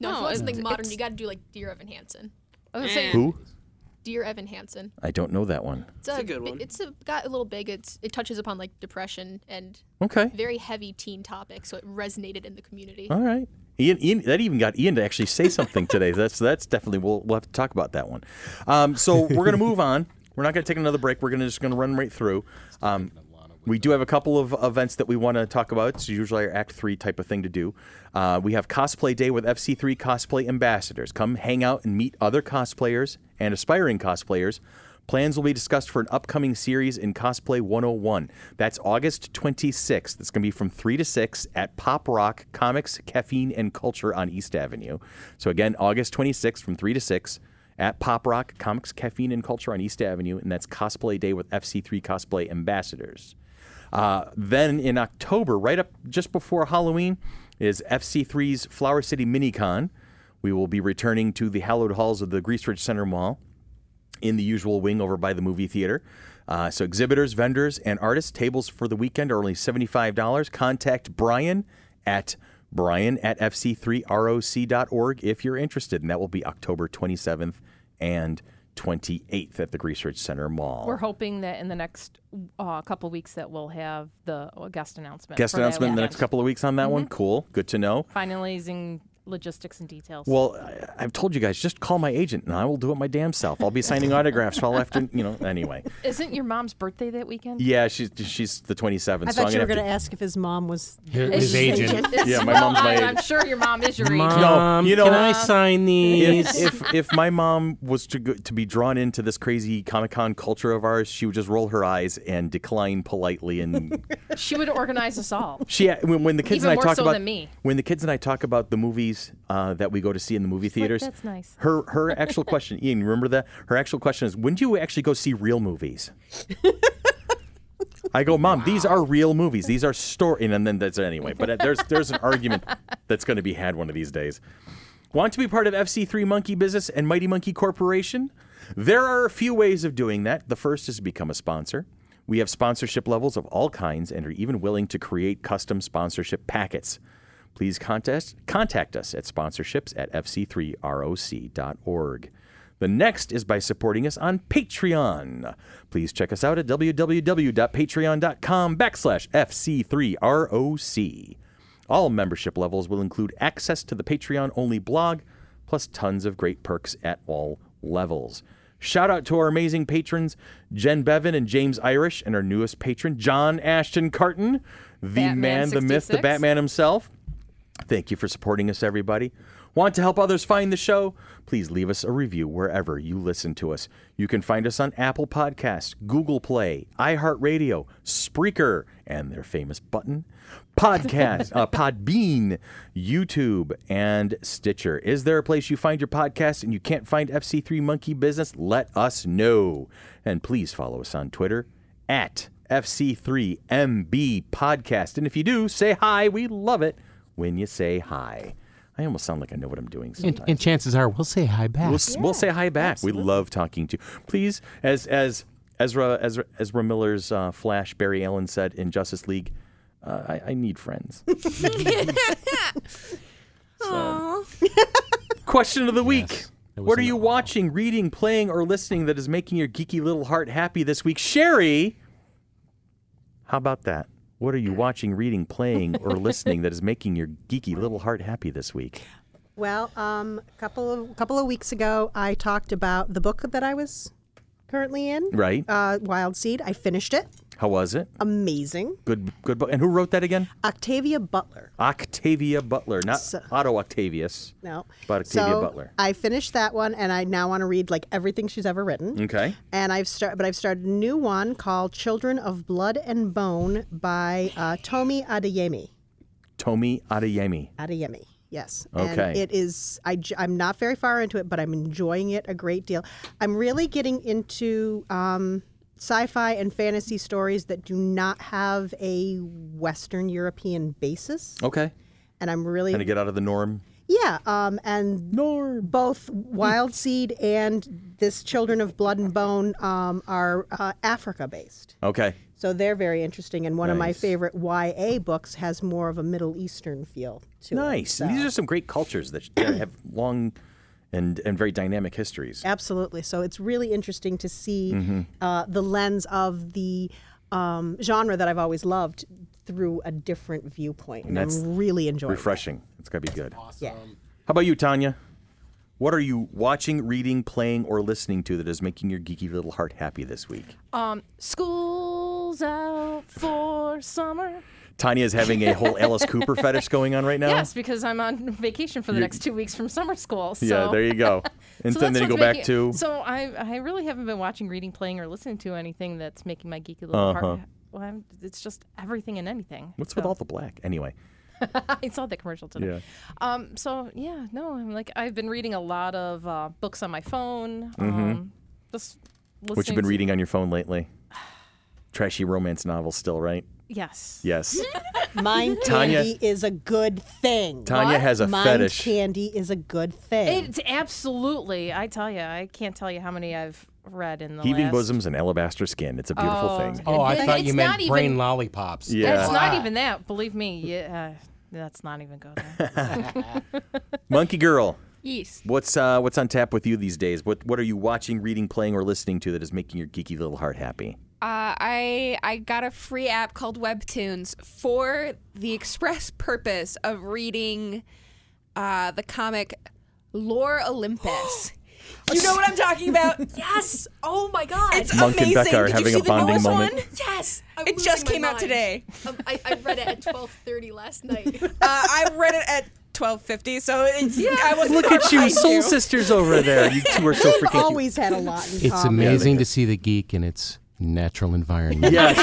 you No, want something it's- modern, it's- you got to do like Dear Evan Hansen. I was gonna say, Who? Dear Evan Hansen. I don't know that one. It's, a, a good bi- one. It's a, got a little big. It's it touches upon like depression and Okay. very heavy teen topics, so it resonated in the community. All right. Ian, Ian, that even got Ian to actually say something today. That's that's definitely we'll, we'll have to talk about that one. Um, so we're gonna move on. We're not gonna take another break. We're gonna just gonna run right through. Um, we do have a couple of events that we want to talk about. It's usually our Act Three type of thing to do. Uh, we have Cosplay Day with FC3 Cosplay Ambassadors. Come hang out and meet other cosplayers and aspiring cosplayers. Plans will be discussed for an upcoming series in Cosplay 101. That's August 26th. It's going to be from 3 to 6 at Pop Rock Comics, Caffeine, and Culture on East Avenue. So, again, August 26th from 3 to 6 at Pop Rock Comics, Caffeine, and Culture on East Avenue. And that's Cosplay Day with FC3 Cosplay Ambassadors. Uh, then in October, right up just before Halloween, is FC3's Flower City Minicon. We will be returning to the hallowed halls of the Grease Ridge Center Mall in the usual wing over by the movie theater. Uh, so exhibitors, vendors, and artists tables for the weekend are only $75. Contact Brian at brian at fc3roc.org if you're interested. And that will be October 27th and 28th at the Research Center Mall. we're hoping that in the next uh, couple weeks that we'll have the uh, guest announcement. Guest for that announcement in the next weekend. couple of weeks on that one. Cool. Good to know. Finalizing logistics and details. Well, I, I've told you guys, just call my agent and I will do it my damn self. I'll be signing autographs while after, you know, anyway. Isn't your mom's birthday that weekend? Yeah, she's she's the 27th. I so I'm thought you were gonna going have to ask if his mom was. His agent. (laughs) It's- Yeah, my well, mom's my I- age. I'm sure your mom is your age. Mom, you know- can I sign these? if, if if my mom was to go, to be drawn into this crazy Comic Con culture of ours, she would just roll her eyes and decline politely. (laughs) And She would organize us all. she uh, when, when the kids Even and I more talk so about than me. when the kids and I talk about the movies uh, that we go to see in the movie theaters, "That's nice." Her (laughs) her actual question, Ian, remember that her actual question is, when do you actually go see real movies? I go, mom. These are real movies. These are story, and then that's anyway. But uh, there's there's an (laughs) argument that's going to be had one of these days. Want to be part of FC3 Monkey Business and Mighty Monkey Corporation? There are a few ways of doing that. The first is to become a sponsor. We have sponsorship levels of all kinds and are even willing to create custom sponsorship packets. Please contest, contact us at sponsorships at fc3roc.org. The next is by supporting us on Patreon. Please check us out at www.patreon.com backslash fc3roc. All membership levels will include access to the Patreon only blog, plus tons of great perks at all levels. Shout out to our amazing patrons, Jen Bevan and James Irish, and our newest patron, John Ashton Carton, the Batman man, the myth, the 66. Batman himself. Thank you for supporting us, everybody. Want to help others find the show? Please leave us a review wherever you listen to us. You can find us on Apple Podcasts, Google Play, iHeartRadio, Spreaker, and their famous button, Podcast, uh, Podbean, YouTube, and Stitcher. Is there a place you find your podcast and you can't find FC3 Monkey Business? Let us know. And please follow us on Twitter at FC3MB Podcast. And if you do, say hi. We love it when you say hi. I almost sound like I know what I'm doing and, sometimes. and chances are we'll say hi back. we'll, s- we'll say hi back. We love talking to you. Please, as as Ezra Ezra, Ezra Miller's uh, Flash Barry Allen said in Justice League, uh, I, I need friends. (laughs) Question of the week. That was What are an you aw. watching, reading, playing, or listening that is making your geeky little heart happy this week? Sherry, how about that? What are you watching, reading, playing, or listening that is making your geeky little heart happy this week? Well, um, a couple of couple of weeks ago, I talked about the book that I was currently in, Right? uh, Wild Seed. I finished it. How was it? Amazing. Good, good book. And who wrote that again? Octavia Butler. Octavia Butler, not Otto Octavius. No. About Octavia so Butler. I finished that one, and I now want to read like everything she's ever written. Okay. And I've start, but I've started a new one called "Children of Blood and Bone" by uh, Tomi Adeyemi. Tomi Adeyemi. Adeyemi. Yes. And Okay. it is, I, j- I'm not very far into it, but I'm enjoying it a great deal. I'm really getting into um, sci-fi and fantasy stories that do not have a Western European basis, Okay. and I'm really Kind of get out of the norm. yeah, um, and Norm. both Wild Seed and this Children of Blood and Bone um, are uh, Africa based. Okay. So they're very interesting, and one of my Nice. favorite YA books has more of a Middle Eastern feel to it. Nice. So- These are some great cultures that have long and and very dynamic histories. Absolutely. So it's really interesting to see Mm-hmm. uh, the lens of the um, genre that I've always loved through a different viewpoint. And that's I'm really enjoying it. Refreshing. It's got to be good. How Yeah. about you, Tanya? What are you watching, reading, playing, or listening to that is making your geeky little heart happy this week? Um, school's out for summer. Tanya is having a whole Alice Cooper fetish going on right now. Yes, because I'm on vacation for the You- next two weeks from summer school. So. Yeah, there you (laughs) go. And so then, that's then you go what's back making- to. So I, I really haven't been watching, reading, playing, or listening to anything that's making my geeky little heart. Well, I'm, it's just everything and anything. Uh-huh. What's with So- all the black? Anyway. (laughs) I saw that commercial today. Yeah. Um, so yeah, no, I'm like I've been reading a lot of uh, books on my phone. Um, just What you listening Mm-hmm. been to- reading on your phone (sighs) lately? Trashy romance novels, still, right? Yes. (laughs) Yes. Mind Tanya- candy is a good thing. Tanya has a Mind fetish. candy is a good thing. It's absolutely. I tell you, I can't tell you how many I've read in the Heaving last. bosoms and alabaster skin. It's a beautiful Oh. thing. Oh, I It's thought you not meant even- brain lollipops. And Yeah. It's not even that. Believe me. Yeah. Uh, that's not even go there. (laughs) Monkey Girl. Yes. What's uh, what's on tap with you these days? What what are you watching, reading, playing, or listening to that is making your geeky little heart happy? Uh, I I got a free app called Webtoons for the express purpose of reading uh, the comic Lore Olympus. (gasps) you know what I'm talking (laughs) about? Yes. Oh my God. It's Monk and amazing. Becca are Did having you a see bonding the newest moment. One? yes. I'm It just losing my came out mind. today. Um, I, I (laughs) read it at 12:30 last night. Uh, I read it at 12:50, so (laughs) it's, I was Look at (laughs) you, soul sisters over there. You two are so We've freaking. cute. always had a lot in It's common. amazing to see the geek in its natural environment. (laughs) Yes.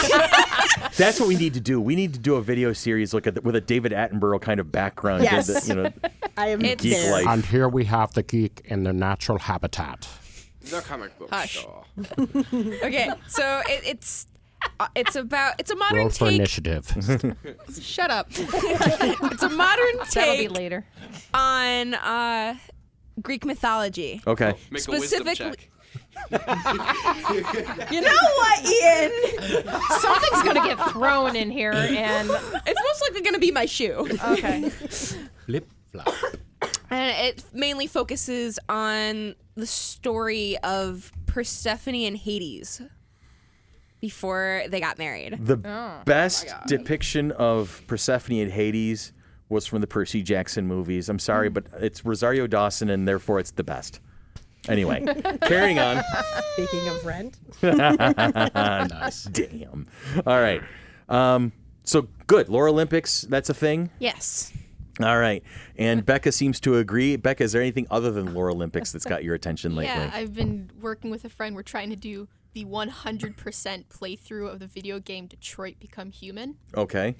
(laughs) That's what we need to do. We need to do a video series like a, with a David Attenborough kind of background. Yes. Did the- you know, (laughs) I am It's geek there. life. And here we have the geek in their natural habitat. (laughs) The comic book Hush. store. Okay, so it, it's uh, it's about it's a modern Roll for take. initiative. (laughs) Shut up. (laughs) it's a modern That'll be take later. on uh, Greek mythology. Okay. Make a wisdom Specifically- check. You know what, Ian? Something's gonna get thrown in here, and It's most likely going to be my (laughs) shoe. okay. Flip flop. And it mainly focuses on the story of Persephone and Hades before they got married. The best depiction of Persephone and Hades was from the Percy Jackson movies. I'm sorry, but it's Rosario Dawson, and therefore it's the best. Anyway, carrying on. Speaking of rent, (laughs) Nice. Damn. All right. Um, so good. Lore Olympics, that's a thing. Yes. All right. And Becca seems to agree. Becca, is there anything other than Lore Olympics that's got your attention lately? Yeah, I've been working with a friend. We're trying to do the 100% playthrough of the video game Detroit Become Human, okay.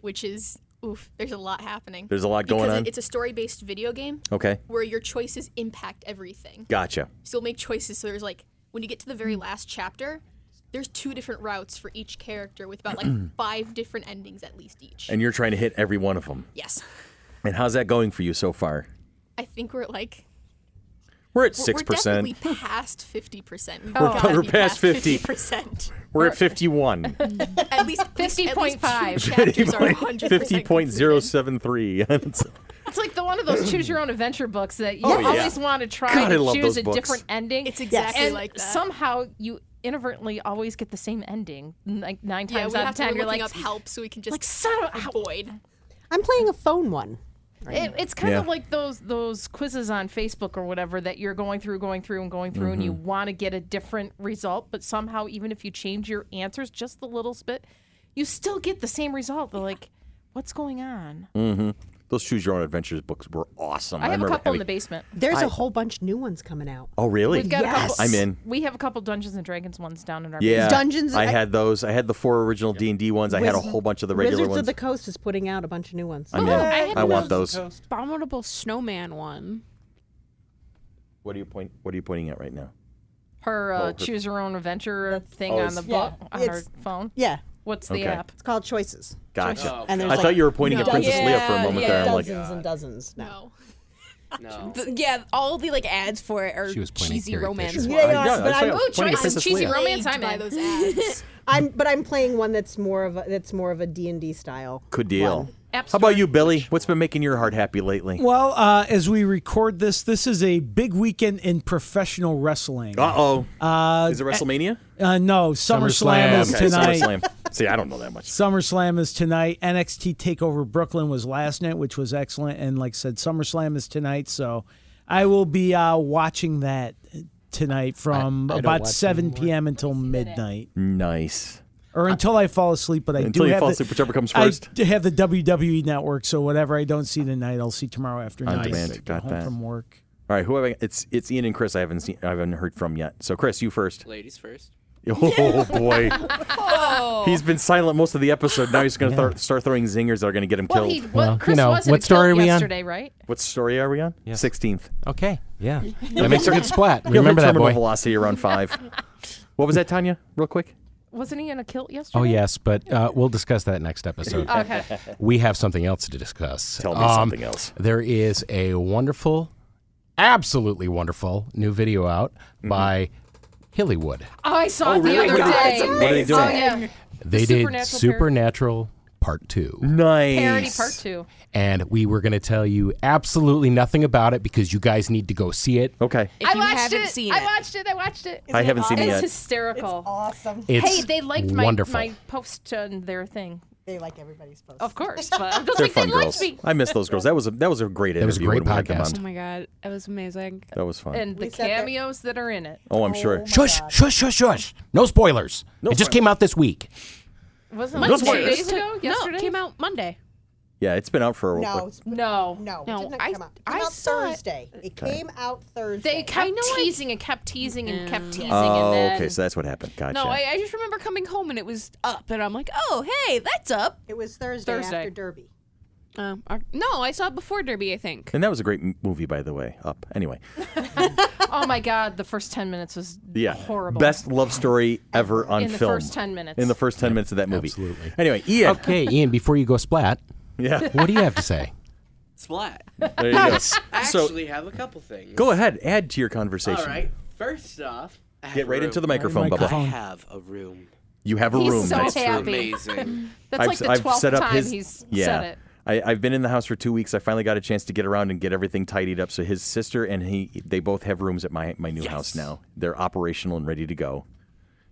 which is oof. There's a lot happening. Hmm. There's a lot going because it- on. Oh. It's a story-based video game Okay. where your choices impact everything. Gotcha. So you'll make choices. So there's like when you get to the Hmm. very last chapter, there's two different routes for each character with (clears throat) about like five different endings at least each. And you're trying to hit every one of them. yes, And how's that going for you so far? I think we're like We're at we're, 6%. we're definitely past 50%. We've We're- gotta we're be past 50. 50%. We're at 51. at least at least- at least two 50.5. chapters are 100% 50.073. It's like the one (clears throat) of those choose your own adventure books that you Oh, yeah. always want to try God, I to love choose those a books. different ending. It's exactly and like that. Somehow you inadvertently always get the same ending. Like nine Yeah, times we out have of to ten, be you're looking like, up help so we can just like son of a- avoid. I'm playing a phone one. It, it's kind of Yeah. like those those quizzes on Facebook or whatever that you're going through, going through, and going through, and Mm-hmm. you want to get a different result, but somehow even if you change your answers just the little bit, you still get the same result. They're like, what's going on? (laughs) Those Choose Your Own Adventures books were awesome. I have Mm, a remember couple having- in the basement. There's a whole bunch new ones coming out. Oh, really? We've got Yes. a couple. I'm in. We have a couple Dungeons and Dragons ones down in our Yeah, basement. Dungeons- I I- had those. I had the four original D and D ones. I had a Wiz- whole bunch of the regular Wizards ones. of the Coast Oh, is putting out a bunch of new ones. I'm in. I had I want those- those. Abominable Snowman one. What are you point? What are you pointing at right now? her uh, choose your own adventure thing on the book Yeah, on her it's- phone. Yeah, What's the Okay. app? it's called Choices. Gotcha. Oh, And I there's like thought you were pointing at No. Princess Leia for a Yeah, moment yeah. there. I'm like, dozens and dozens now. No. (laughs) No. Th- yeah, all the like ads for it are She was pointing at cheesy Carrie romance. Fisher. ones. Yeah, yeah, yeah, but I I'm, saw- Oh, Pointing at choices, Princess cheesy Leia. romance. I'm Plagued by in. those ads. I'm but I'm playing one that's more of a, that's more of a D and D style. Good deal. one. App How about you, Billy? What's been making your heart happy lately? Well, uh, as we record this, this is a big weekend in professional wrestling. Uh oh. Is it WrestleMania? Uh, no, SummerSlam SummerSlam. is okay, tonight. SummerSlam. See, I don't know that much. SummerSlam is tonight. NXT Takeover Brooklyn was last night, which was excellent. And like I said, SummerSlam is tonight, so I will be uh, watching that tonight from I don't about watch 7 p.m. until midnight, Nice. or until I, fall asleep. But I Until do you have fall the, asleep, whichever comes first. I do have the WWE network, so whatever I don't see tonight, I'll see tomorrow afternoon. On demand. I get Got home that. from work. All right, who have I? It's it's Ian and Chris. I haven't seen, I haven't heard from yet. So Chris, you first. (laughs) Ladies first. Oh boy, Oh. he's been silent most of the episode. Now he's going to start throwing zingers that are going to get him Well, killed. he, what, Well, Chris you know, was what in a story are kilt we on? yesterday, right? What story are we on? Sixteenth. Okay. Yeah. That makes a good splat. He'll hit Remember that terminal boy. velocity around (laughs) five. what was that, Tanya? Real quick. Wasn't he in a kilt yesterday? Oh yes, but uh, we'll discuss that next (laughs) episode. Okay. we have something else to discuss. Um, Tell me something else. There is a wonderful, absolutely wonderful new video out by Hillywood. Oh, I saw it the really? other What are they- day. What are they doing? Oh yeah. They Supernatural did Supernatural Part Two. Nice. Parody part two. and we were going to tell you absolutely nothing about it because you guys need to go see it. Okay. If I you watched haven't it. seen I it. watched it. I watched it. I haven't seen it It's yet. hysterical. Awesome. It's hey, they liked my, wonderful. my post on their thing. They like everybody's post. (laughs) Of course. But I'm just They're like, they fun girls. liked me. I miss those girls. That was a that was a great interview. was a great when we had them podcast. Oh on. my god, that was amazing. That was fun. And the sat there- cameos that are in it. oh, I'm sure. shush, shush, shush, shush. No spoilers. it just came out this week. Wasn't Monday. it two days ago? Yesterday? No, it came out Monday. Yeah, it's been out for a No, while. it's- No. no, No, it didn't I- come out. It came I out saw it. Thursday. It came out Thursday. They kept teasing and kept teasing and kept teasing. Oh, and then, okay. So that's what happened. Gotcha. No, I, I just remember coming home and it was up, and I'm like, oh hey, that's up. It was Thursday, Thursday. after Derby. Um, I- no, I saw it before Derby, I think. and that was a great m- movie, by the way. Up. Anyway. oh my God, the first 10 minutes was Yeah. horrible. Best love story ever on In the film. first 10 minutes. In the first 10 minutes of that movie. absolutely. Anyway, Ian. (laughs) Okay, Ian, before you go splat, Yeah. what do you have to say? Splat. (laughs) There you go. I So- actually have a couple things. Go ahead. Add to your conversation. All right. First off, I have Get a right into room. the microphone, I Bubba. have a room. You have a He's room. so Nice. happy. (laughs) Amazing. That's like the 12th time he's yeah. said it. I, I've been in the house for two weeks. I finally got a chance to get around and get everything tidied up. So his sister and he, they both have rooms at my my new house now. They're operational and ready to go,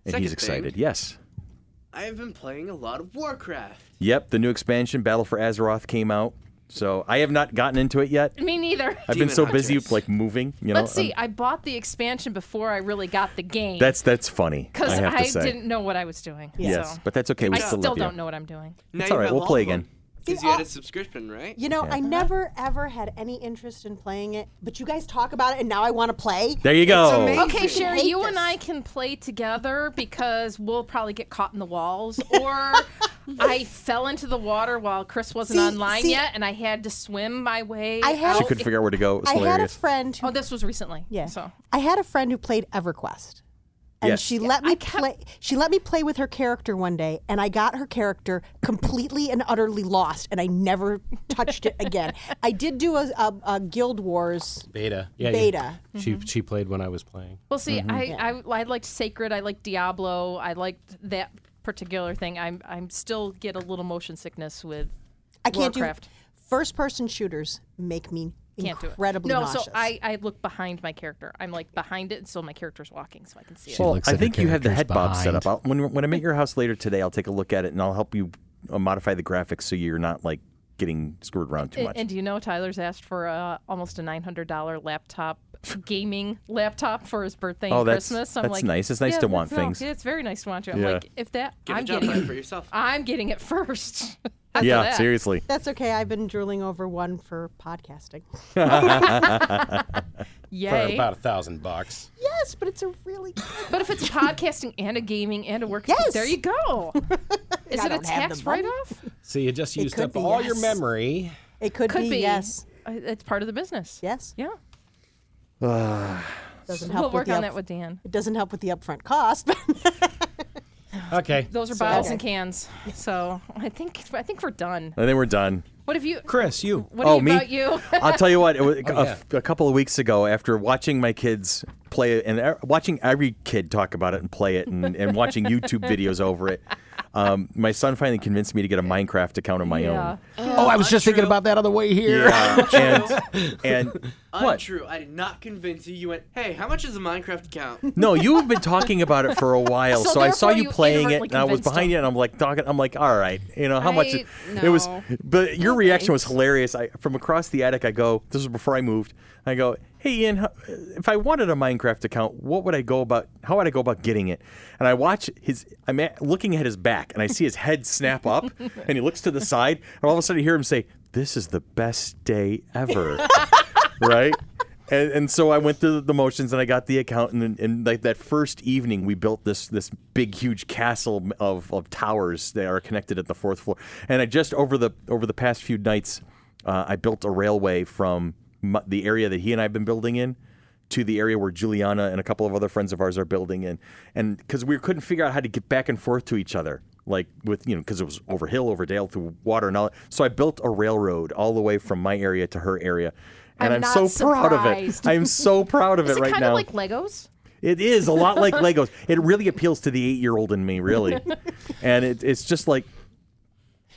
and Second he's thing. excited. Yes. I have been playing a lot of Warcraft. Yep. The new expansion, Battle for Azeroth, came out. So I have not gotten into it yet. Me neither. I've been Demon so busy Hunters. like moving. You know. Let's I'm- see. I bought the expansion before I really got the game. that's that's funny. because I have I, to say. didn't know what I was doing. Yes, so. but that's okay. We I still, still love you. don't know what I'm doing. Now It's you all right, have we'll play of them. again. Because you had a subscription, right? You know, I never ever had any interest in playing it, but you guys talk about it, and now I want to play. There you go. amazing. Okay, Easy. Sherry, Hate you and this. I can play together because we'll probably get caught in the (laughs) walls. Or I fell into the water while Chris wasn't See- online see- yet, and I had to swim my way. I had out. She couldn't figure out where to go. It was I had a hilarious. friend who Oh, this was recently. Yeah. So I had a friend who played EverQuest. And Yes. she let me play she let me play with her character one day and I got her character completely and utterly lost and I never touched it again. I did do a, a, a Guild Wars. Beta. Yeah. Beta. Mm-hmm. She she played when I was playing. we'll see. Mm-hmm. I, I I liked Sacred. I liked Diablo. I liked that particular thing. I'm I'm still get a little motion sickness with I can't Warcraft. do first person shooters make me can't do it. incredibly no, nauseous. so I, I look behind my character. I'm like behind it, and so my character's walking, so I can see it. Well, looks I at her think you have the head characters bob set behind. up. I'll, when when I'm at your house later today, I'll take a look at it and I'll help you uh, modify the graphics so you're not like getting screwed around too A- much. And do you know Tyler's asked for uh, almost a nine hundred dollar laptop, gaming laptop for his birthday Oh, and that's- Christmas? I'm that's like, nice. It's nice yeah, to want no, things. yeah, it's very nice to want to. I'm Yeah. like, if that, Get I'm a job getting on it it. for yourself. I'm getting it first. (laughs) After yeah, that. seriously. That's okay. I've been drooling over one for podcasting. Yay! a thousand bucks. yes, but it's a (coughs) really good but if (laughs) it's podcasting and a gaming and a work, Yes! there you (laughs) go. Is it a don't have the tax money. write-off? So you just used could up be, all your yes. memory. It could, Could be. yes. Uh, It's part of the business. Yes. Yeah. Doesn't We'll work help with the on up- that with Dan. It doesn't help with the upfront cost. but Okay. Those are bottles and cans. So I think I think we're done. And then we're done. What have you? Chris, you. What oh, me? about you? I'll tell you what. It was a, yeah. a couple of weeks ago, after watching my kids play it and e- watching every kid talk about it and play it, and, and watching YouTube videos over it, um, my son finally convinced me to get a Minecraft account of my Yeah. own. Oh, I was just thinking about that on the way here. Yeah, and, and Untrue. I did not convince you. You went, hey, how much is a Minecraft (laughs) account? no, you have been talking about it for a while, So so, I saw therefore you, you playing it, inadvertently and I was convinced behind him. you, and I'm like talking. I'm like, all right, you know how much it, I- it was, no. but your No, reaction was thanks. hilarious. I from across the attic, I go. This was before I moved. I go, hey Ian, how, if I wanted a Minecraft account, what would I go about? How would I go about getting it? And I watch his. I'm at, looking at his back, and I see his head snap up, and he looks to the side, and all of a sudden, I hear him say, "This is the best day (laughs) ever." right? And, and so I went through the motions and I got the account and, and like that first evening we built this this big huge castle of, of towers that are connected at the fourth floor and I just over the over the past few nights uh, I built a railway from m- the area that he and I have been building in to the area where Juliana and a couple of other friends of ours are building in and because we couldn't figure out how to get back and forth to each other like with you know because it was over hill over dale through water and all so I built a railroad all the way from my area to her area and I'm, I'm so not proud of it. surprised. I'm so proud of Is it it right kind now. of like Legos? it is a lot (laughs) like Legos. It really appeals to the eight-year-old in me, really. and it, it's just like,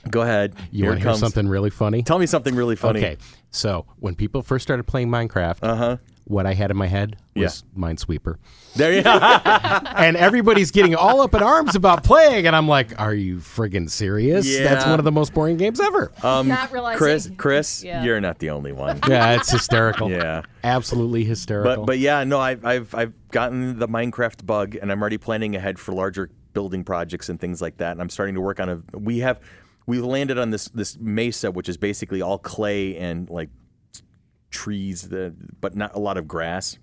go ahead. You here want it to hear comes. something really funny? Tell me something really funny. Okay, so when people first started playing Minecraft, uh-huh. what I had in my head was Minesweeper, There (laughs) you go. and everybody's getting all up in arms about playing, and I'm like, "Are you friggin' serious? That's Yeah. Uh-huh. one of the most boring games ever." Not realizing. Um, Chris, Chris, Yeah. you're not the only (laughs) one. yeah, it's hysterical. (laughs) Yeah. absolutely hysterical. But but yeah, no, I've I've I've gotten the Minecraft bug, and I'm already planning ahead for larger building projects and things like that. And I'm starting to work on a. We have we landed on this this mesa, which is basically all clay and like trees, the but not a lot of grass.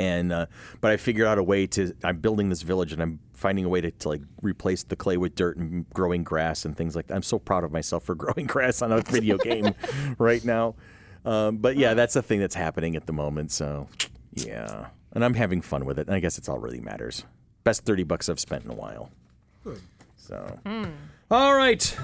And uh, but I figured out a way to. I'm building this village, and I'm finding a way to, to like replace the clay with dirt and growing grass and things like that. I'm so proud of myself for (laughs) growing grass on a video game (laughs) right now. Um, but yeah, that's the thing that's happening at the moment. So yeah, and I'm having fun with it. And I guess it's all really matters. Best thirty bucks I've spent in a while. So. Hmm. All right.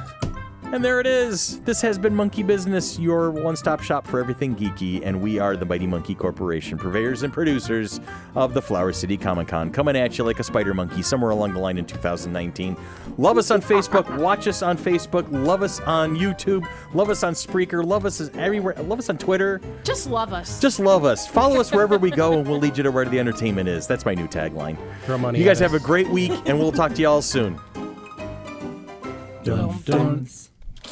And there it is. This has been Monkey Business, your one stop shop for everything geeky. And we are the Mighty Monkey Corporation, purveyors and producers of the Flower City Comic Con, coming at you like a spider monkey somewhere along the line in 2019. Love us on Facebook. Watch us on Facebook. Love us on YouTube. Love us on Spreaker. Love us everywhere. Love us on Twitter. Just love us. Just love us. Follow us wherever we go, and we'll lead you to where the entertainment is. That's my new tagline. Throw money you guys at have a us. great week, and we'll talk to you all soon. Dun, dun.